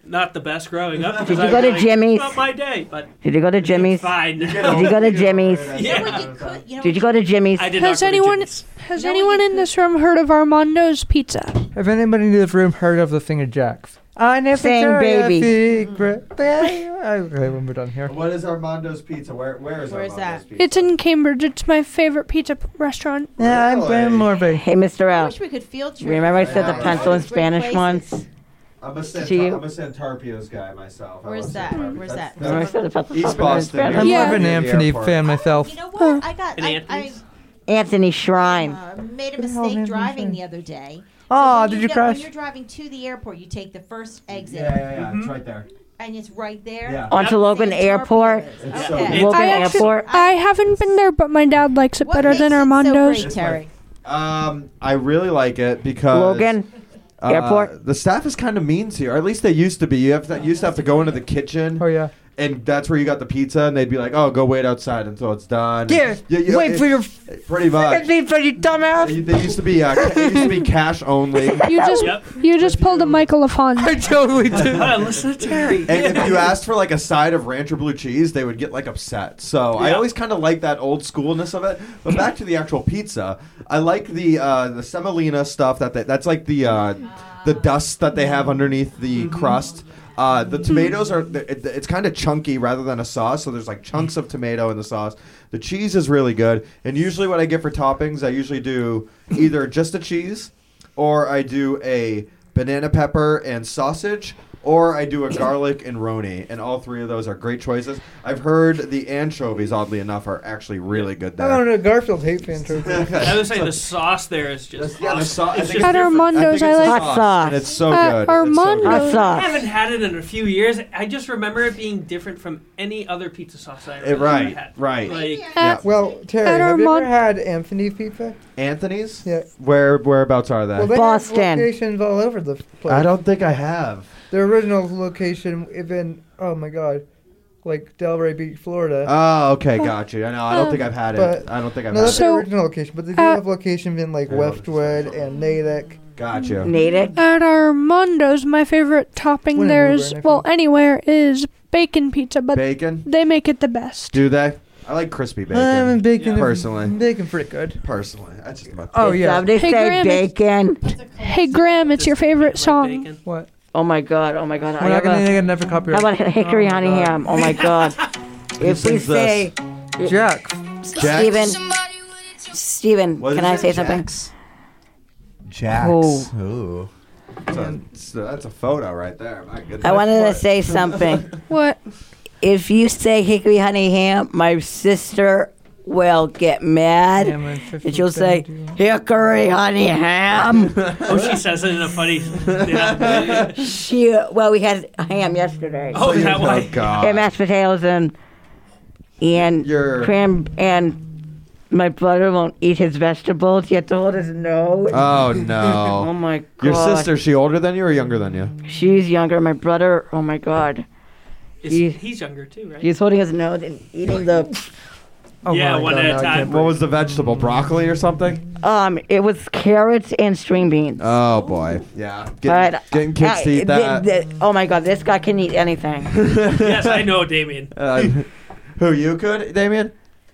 Speaker 6: not the best growing up. Did
Speaker 3: you go to Jimmy's?
Speaker 6: Not my day, but
Speaker 3: Did you go to Jimmy's?
Speaker 6: it's fine. (laughs)
Speaker 3: Did you go to Jimmy's?
Speaker 7: You know
Speaker 6: Yeah.
Speaker 7: what you could- you know
Speaker 3: Did you go to Jimmy's?
Speaker 6: I did
Speaker 1: Has
Speaker 6: not go
Speaker 1: anyone-
Speaker 6: To Jimmy's.
Speaker 1: Has
Speaker 7: No,
Speaker 1: anyone
Speaker 7: you
Speaker 1: in this room heard of Armando's Pizza?
Speaker 4: Have anybody in this room heard of the singer Jax? I never
Speaker 3: Sing
Speaker 4: carry
Speaker 3: baby.
Speaker 4: a secret. (laughs) okay, when we're done here.
Speaker 2: What is Armando's Pizza? Where where is
Speaker 7: Where is
Speaker 2: Armando's
Speaker 7: that?
Speaker 2: Pizza?
Speaker 1: It's in Cambridge. It's my favorite pizza p- restaurant.
Speaker 4: Yeah, I'm
Speaker 2: Really?
Speaker 4: Ben Morby.
Speaker 3: Hey, Mr.
Speaker 7: I
Speaker 3: L.
Speaker 7: wish we could field trip.
Speaker 3: Remember I said
Speaker 2: Yeah.
Speaker 3: the pencil in
Speaker 7: Great
Speaker 3: Spanish
Speaker 7: places. Oh,
Speaker 3: once?
Speaker 2: I'm a
Speaker 3: To you?
Speaker 2: Santar- I'm a Santarpio's guy myself. I
Speaker 7: Where's
Speaker 2: love
Speaker 7: that?
Speaker 2: Santarpio's.
Speaker 7: Where's
Speaker 2: That's-
Speaker 7: that?
Speaker 3: Remember I said the pencil
Speaker 2: East
Speaker 3: in Spanish?
Speaker 2: Boston.
Speaker 4: I'm
Speaker 1: Yeah.
Speaker 4: more of an
Speaker 2: Near the
Speaker 4: Anthony
Speaker 2: airport.
Speaker 4: fan myself.
Speaker 7: You know what? I got.
Speaker 6: And
Speaker 7: I,
Speaker 6: Anthony's?
Speaker 3: Anthony
Speaker 7: I
Speaker 3: Shrine.
Speaker 7: uh, made a
Speaker 4: Who the hell
Speaker 7: mistake
Speaker 4: named
Speaker 7: driving
Speaker 4: Anthony?
Speaker 7: the other day.
Speaker 3: Oh,
Speaker 4: Aw,
Speaker 7: When
Speaker 4: did you
Speaker 7: get- When
Speaker 4: crash?
Speaker 7: you're driving to the airport, you take the first exit,
Speaker 2: Yeah, yeah, yeah. It's right there.
Speaker 7: and it's right there.
Speaker 2: Yeah.
Speaker 3: Onto Logan Airport.
Speaker 2: It's so
Speaker 7: Okay.
Speaker 2: good.
Speaker 3: Logan
Speaker 1: I actually-
Speaker 3: Airport.
Speaker 1: I haven't been there, but my dad likes it
Speaker 7: What
Speaker 1: better
Speaker 7: makes
Speaker 1: than
Speaker 7: it so
Speaker 1: Armando's.
Speaker 7: great, Terry?
Speaker 2: Um, I really like it because
Speaker 3: Logan.
Speaker 2: uh,
Speaker 3: Airport.
Speaker 2: The staff is kind of mean to you, or at least they used to be. You have to, used to have to go into the kitchen.
Speaker 4: Oh yeah.
Speaker 2: and that's where you got the pizza, and they'd be like, "Oh, go wait outside until it's done." And you- you- it- Pretty
Speaker 4: (laughs)
Speaker 2: much.
Speaker 4: Wait for your dumbass.
Speaker 2: They they used to be uh, ca- it used to be cash only, and
Speaker 1: You just
Speaker 6: Yep.
Speaker 1: you just pulled a Michael LaFond.
Speaker 4: (laughs) I totally do.
Speaker 6: Ah, listen to (laughs) Terry.
Speaker 2: if you asked for like a side of ranch or blue cheese, they would get like upset. So I
Speaker 6: Yeah.
Speaker 2: always kind of like that old schoolness of it. But back to the actual pizza, I like the uh, the semolina stuff that they, that's like the uh, the dust that they have underneath the crust. Uh, the tomatoes are it, it's kind of chunky rather than a sauce, so there's like chunks of tomato in the sauce. The cheese is really good, and usually what I get for toppings, I usually do either just a cheese or I do a banana pepper and sausage, or I
Speaker 6: (coughs)
Speaker 2: do a garlic and roni, and all three of those are great choices. I've heard the anchovies, oddly enough, are actually really good
Speaker 4: I
Speaker 2: (laughs)
Speaker 4: don't
Speaker 2: there.
Speaker 4: know. Garfield hates (laughs) Andrew.
Speaker 6: I would say the sauce there is just.
Speaker 2: Yeah, the sau- I
Speaker 6: it's
Speaker 2: think
Speaker 6: just
Speaker 2: it's
Speaker 1: At
Speaker 6: different.
Speaker 1: Armando's, I
Speaker 2: it's
Speaker 1: like.
Speaker 3: Hot sauce.
Speaker 2: and it's so
Speaker 1: Uh,
Speaker 2: good.
Speaker 1: Armando.
Speaker 2: It's so
Speaker 3: Hot
Speaker 2: good.
Speaker 6: I
Speaker 3: sauce.
Speaker 6: haven't had it in a few years. I just remember it being different from any other pizza sauce I
Speaker 2: Eh,
Speaker 6: ever
Speaker 2: right,
Speaker 6: had.
Speaker 2: right.
Speaker 6: Like,
Speaker 2: Yeah.
Speaker 4: Well, Terry,
Speaker 1: At
Speaker 4: have you
Speaker 1: Armand-
Speaker 4: ever had Anthony's pizza?
Speaker 2: Anthony's?
Speaker 4: Yeah.
Speaker 2: Where whereabouts are they?
Speaker 4: Well, they
Speaker 3: Boston.
Speaker 4: have locations all over the place.
Speaker 2: I don't think I have.
Speaker 4: Their original location even oh my god, like Delray Beach, Florida.
Speaker 2: Oh, okay, got you. I know. I don't think I've had it.
Speaker 4: But-
Speaker 2: I don't think I've
Speaker 4: no,
Speaker 2: had
Speaker 4: that's
Speaker 2: it.
Speaker 1: So,
Speaker 4: their original location, but they do
Speaker 1: uh,
Speaker 4: have locations in like
Speaker 2: Yeah.
Speaker 4: Westwood and Natick.
Speaker 2: Gotcha.
Speaker 3: Natick.
Speaker 1: At Armando's, my favorite topping
Speaker 4: Wait,
Speaker 1: there
Speaker 4: we'll
Speaker 1: is,
Speaker 4: go back
Speaker 1: well,
Speaker 4: up.
Speaker 1: anywhere is bacon pizza, but
Speaker 2: Bacon?
Speaker 1: they make it the best.
Speaker 2: Do they? I like crispy bacon.
Speaker 4: I haven't bacon
Speaker 2: Yeah. Personally.
Speaker 4: Bacon pretty good.
Speaker 2: Personally, that's just my.
Speaker 4: Oh
Speaker 3: Did
Speaker 4: yeah.
Speaker 3: Somebody
Speaker 1: Hey,
Speaker 3: say
Speaker 1: Graham, it's-
Speaker 3: bacon.
Speaker 1: Hey, Graham, it's your favorite song.
Speaker 4: What?
Speaker 3: Oh my god. Oh my god. I
Speaker 4: We're not
Speaker 3: have
Speaker 4: gonna
Speaker 3: a,
Speaker 4: get another
Speaker 3: how
Speaker 4: copyright.
Speaker 3: about hickory honey ham?
Speaker 4: (laughs)
Speaker 3: Oh my god. if we
Speaker 2: sings this? uh,
Speaker 3: say
Speaker 4: Jack.
Speaker 2: Jack?
Speaker 3: Steven, Steven,
Speaker 2: What
Speaker 3: can
Speaker 2: is
Speaker 3: I
Speaker 2: it?
Speaker 3: say something?
Speaker 2: Jax? Jax.
Speaker 3: Oh.
Speaker 2: Ooh. That's a, it's a- that's a photo right there. My goodness.
Speaker 3: I wanted
Speaker 2: (laughs)
Speaker 3: to say something.
Speaker 1: What?
Speaker 3: if you say hickory honey ham, my sister will get mad.
Speaker 4: Ham and 50
Speaker 3: and she'll say,
Speaker 4: cent.
Speaker 3: hickory honey ham.
Speaker 4: (laughs)
Speaker 6: Oh, she says it in
Speaker 2: (laughs)
Speaker 6: a funny. Yeah.
Speaker 3: she, well, we had ham yesterday.
Speaker 6: Oh, (laughs) that
Speaker 2: Oh
Speaker 6: way.
Speaker 3: and
Speaker 2: God.
Speaker 3: mashed potatoes and and
Speaker 2: Your-
Speaker 3: cram and my brother won't eat his vegetables. He had to hold his nose.
Speaker 2: Oh
Speaker 3: (laughs) oh
Speaker 2: no.
Speaker 3: my god!
Speaker 2: Your sister, she older than you or younger than you?
Speaker 3: She's younger. My brother. Oh my god!
Speaker 6: Is- He's younger too, right?
Speaker 3: He's holding his nose and eating the.
Speaker 4: Oh,
Speaker 6: Yeah,
Speaker 4: my
Speaker 6: one
Speaker 4: God,
Speaker 6: at a
Speaker 4: now I
Speaker 6: time.
Speaker 4: can't
Speaker 2: What was the vegetable? Broccoli or something?
Speaker 3: Um, it was carrots and string beans.
Speaker 2: Oh boy. Yeah. Getting,
Speaker 3: but
Speaker 2: getting kids
Speaker 3: I-
Speaker 2: to eat
Speaker 3: th-
Speaker 2: that.
Speaker 3: th- oh my god! This guy can eat anything.
Speaker 6: (laughs) yes, I know Damien.
Speaker 2: (laughs) Uh, who you could, Damien?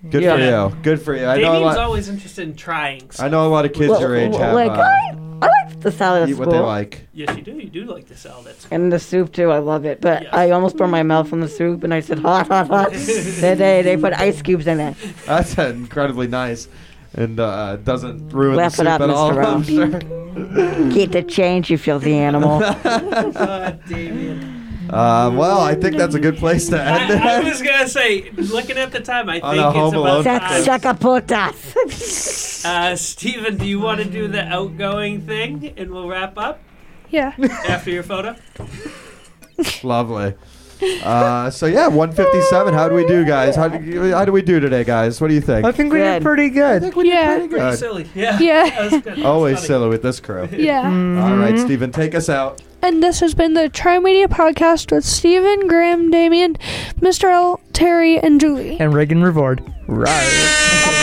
Speaker 2: Good
Speaker 6: Yeah.
Speaker 2: for you. Good for you. I know a
Speaker 6: Damien's
Speaker 2: lot.
Speaker 6: always interested in trying.
Speaker 2: I know a lot of (laughs) kids your age have
Speaker 3: like
Speaker 2: uh,
Speaker 3: I, I like the salad
Speaker 2: eat
Speaker 3: at
Speaker 2: what they
Speaker 3: school
Speaker 2: like. (laughs)
Speaker 6: Yes, you do. You do like to sell that.
Speaker 3: and the soup too. I love it. But
Speaker 6: Yes.
Speaker 3: I almost burned my mouth on the soup, and I said hot, hot, hot. they, they they put ice cubes in it.
Speaker 2: That's incredibly nice, and uh, doesn't ruin
Speaker 3: Laugh it
Speaker 2: the soup
Speaker 3: up,
Speaker 2: at
Speaker 3: Mr.
Speaker 2: all. (laughs)
Speaker 3: Rowe.
Speaker 2: I'm sure.
Speaker 3: Get the change, you
Speaker 2: (laughs)
Speaker 3: filthy animal.
Speaker 6: Damien.
Speaker 2: Uh, well, I think that's a good place
Speaker 6: (laughs)
Speaker 2: to end
Speaker 6: I, I
Speaker 2: it.
Speaker 6: was gonna say, looking at the time, I think
Speaker 2: On a Home
Speaker 6: it's
Speaker 2: Alone
Speaker 6: about
Speaker 3: Sac-
Speaker 2: Sex-
Speaker 6: time.
Speaker 3: Sacaputas.
Speaker 6: Uh, Steven, do you want to do the outgoing thing, and we'll wrap up
Speaker 1: Yeah.
Speaker 6: after your photo?
Speaker 2: (laughs) Lovely. Uh, so yeah, 157. How do we do, guys? How do you- how do we do today, guys? What do you
Speaker 4: I
Speaker 2: think?
Speaker 4: think we did
Speaker 3: Good.
Speaker 4: pretty good.
Speaker 1: Yeah.
Speaker 6: Pretty
Speaker 2: Uh,
Speaker 6: silly. Yeah.
Speaker 1: Yeah.
Speaker 6: That was good.
Speaker 2: Always
Speaker 6: Funny.
Speaker 2: silly with this crew.
Speaker 1: Yeah.
Speaker 2: All right, Steven, take us out.
Speaker 1: And this has been the Tri Media Podcast with Stephen, Graham, Damien, Mr. L, Terry, and Julie.
Speaker 4: And Reagan Reward. Right.
Speaker 2: Right.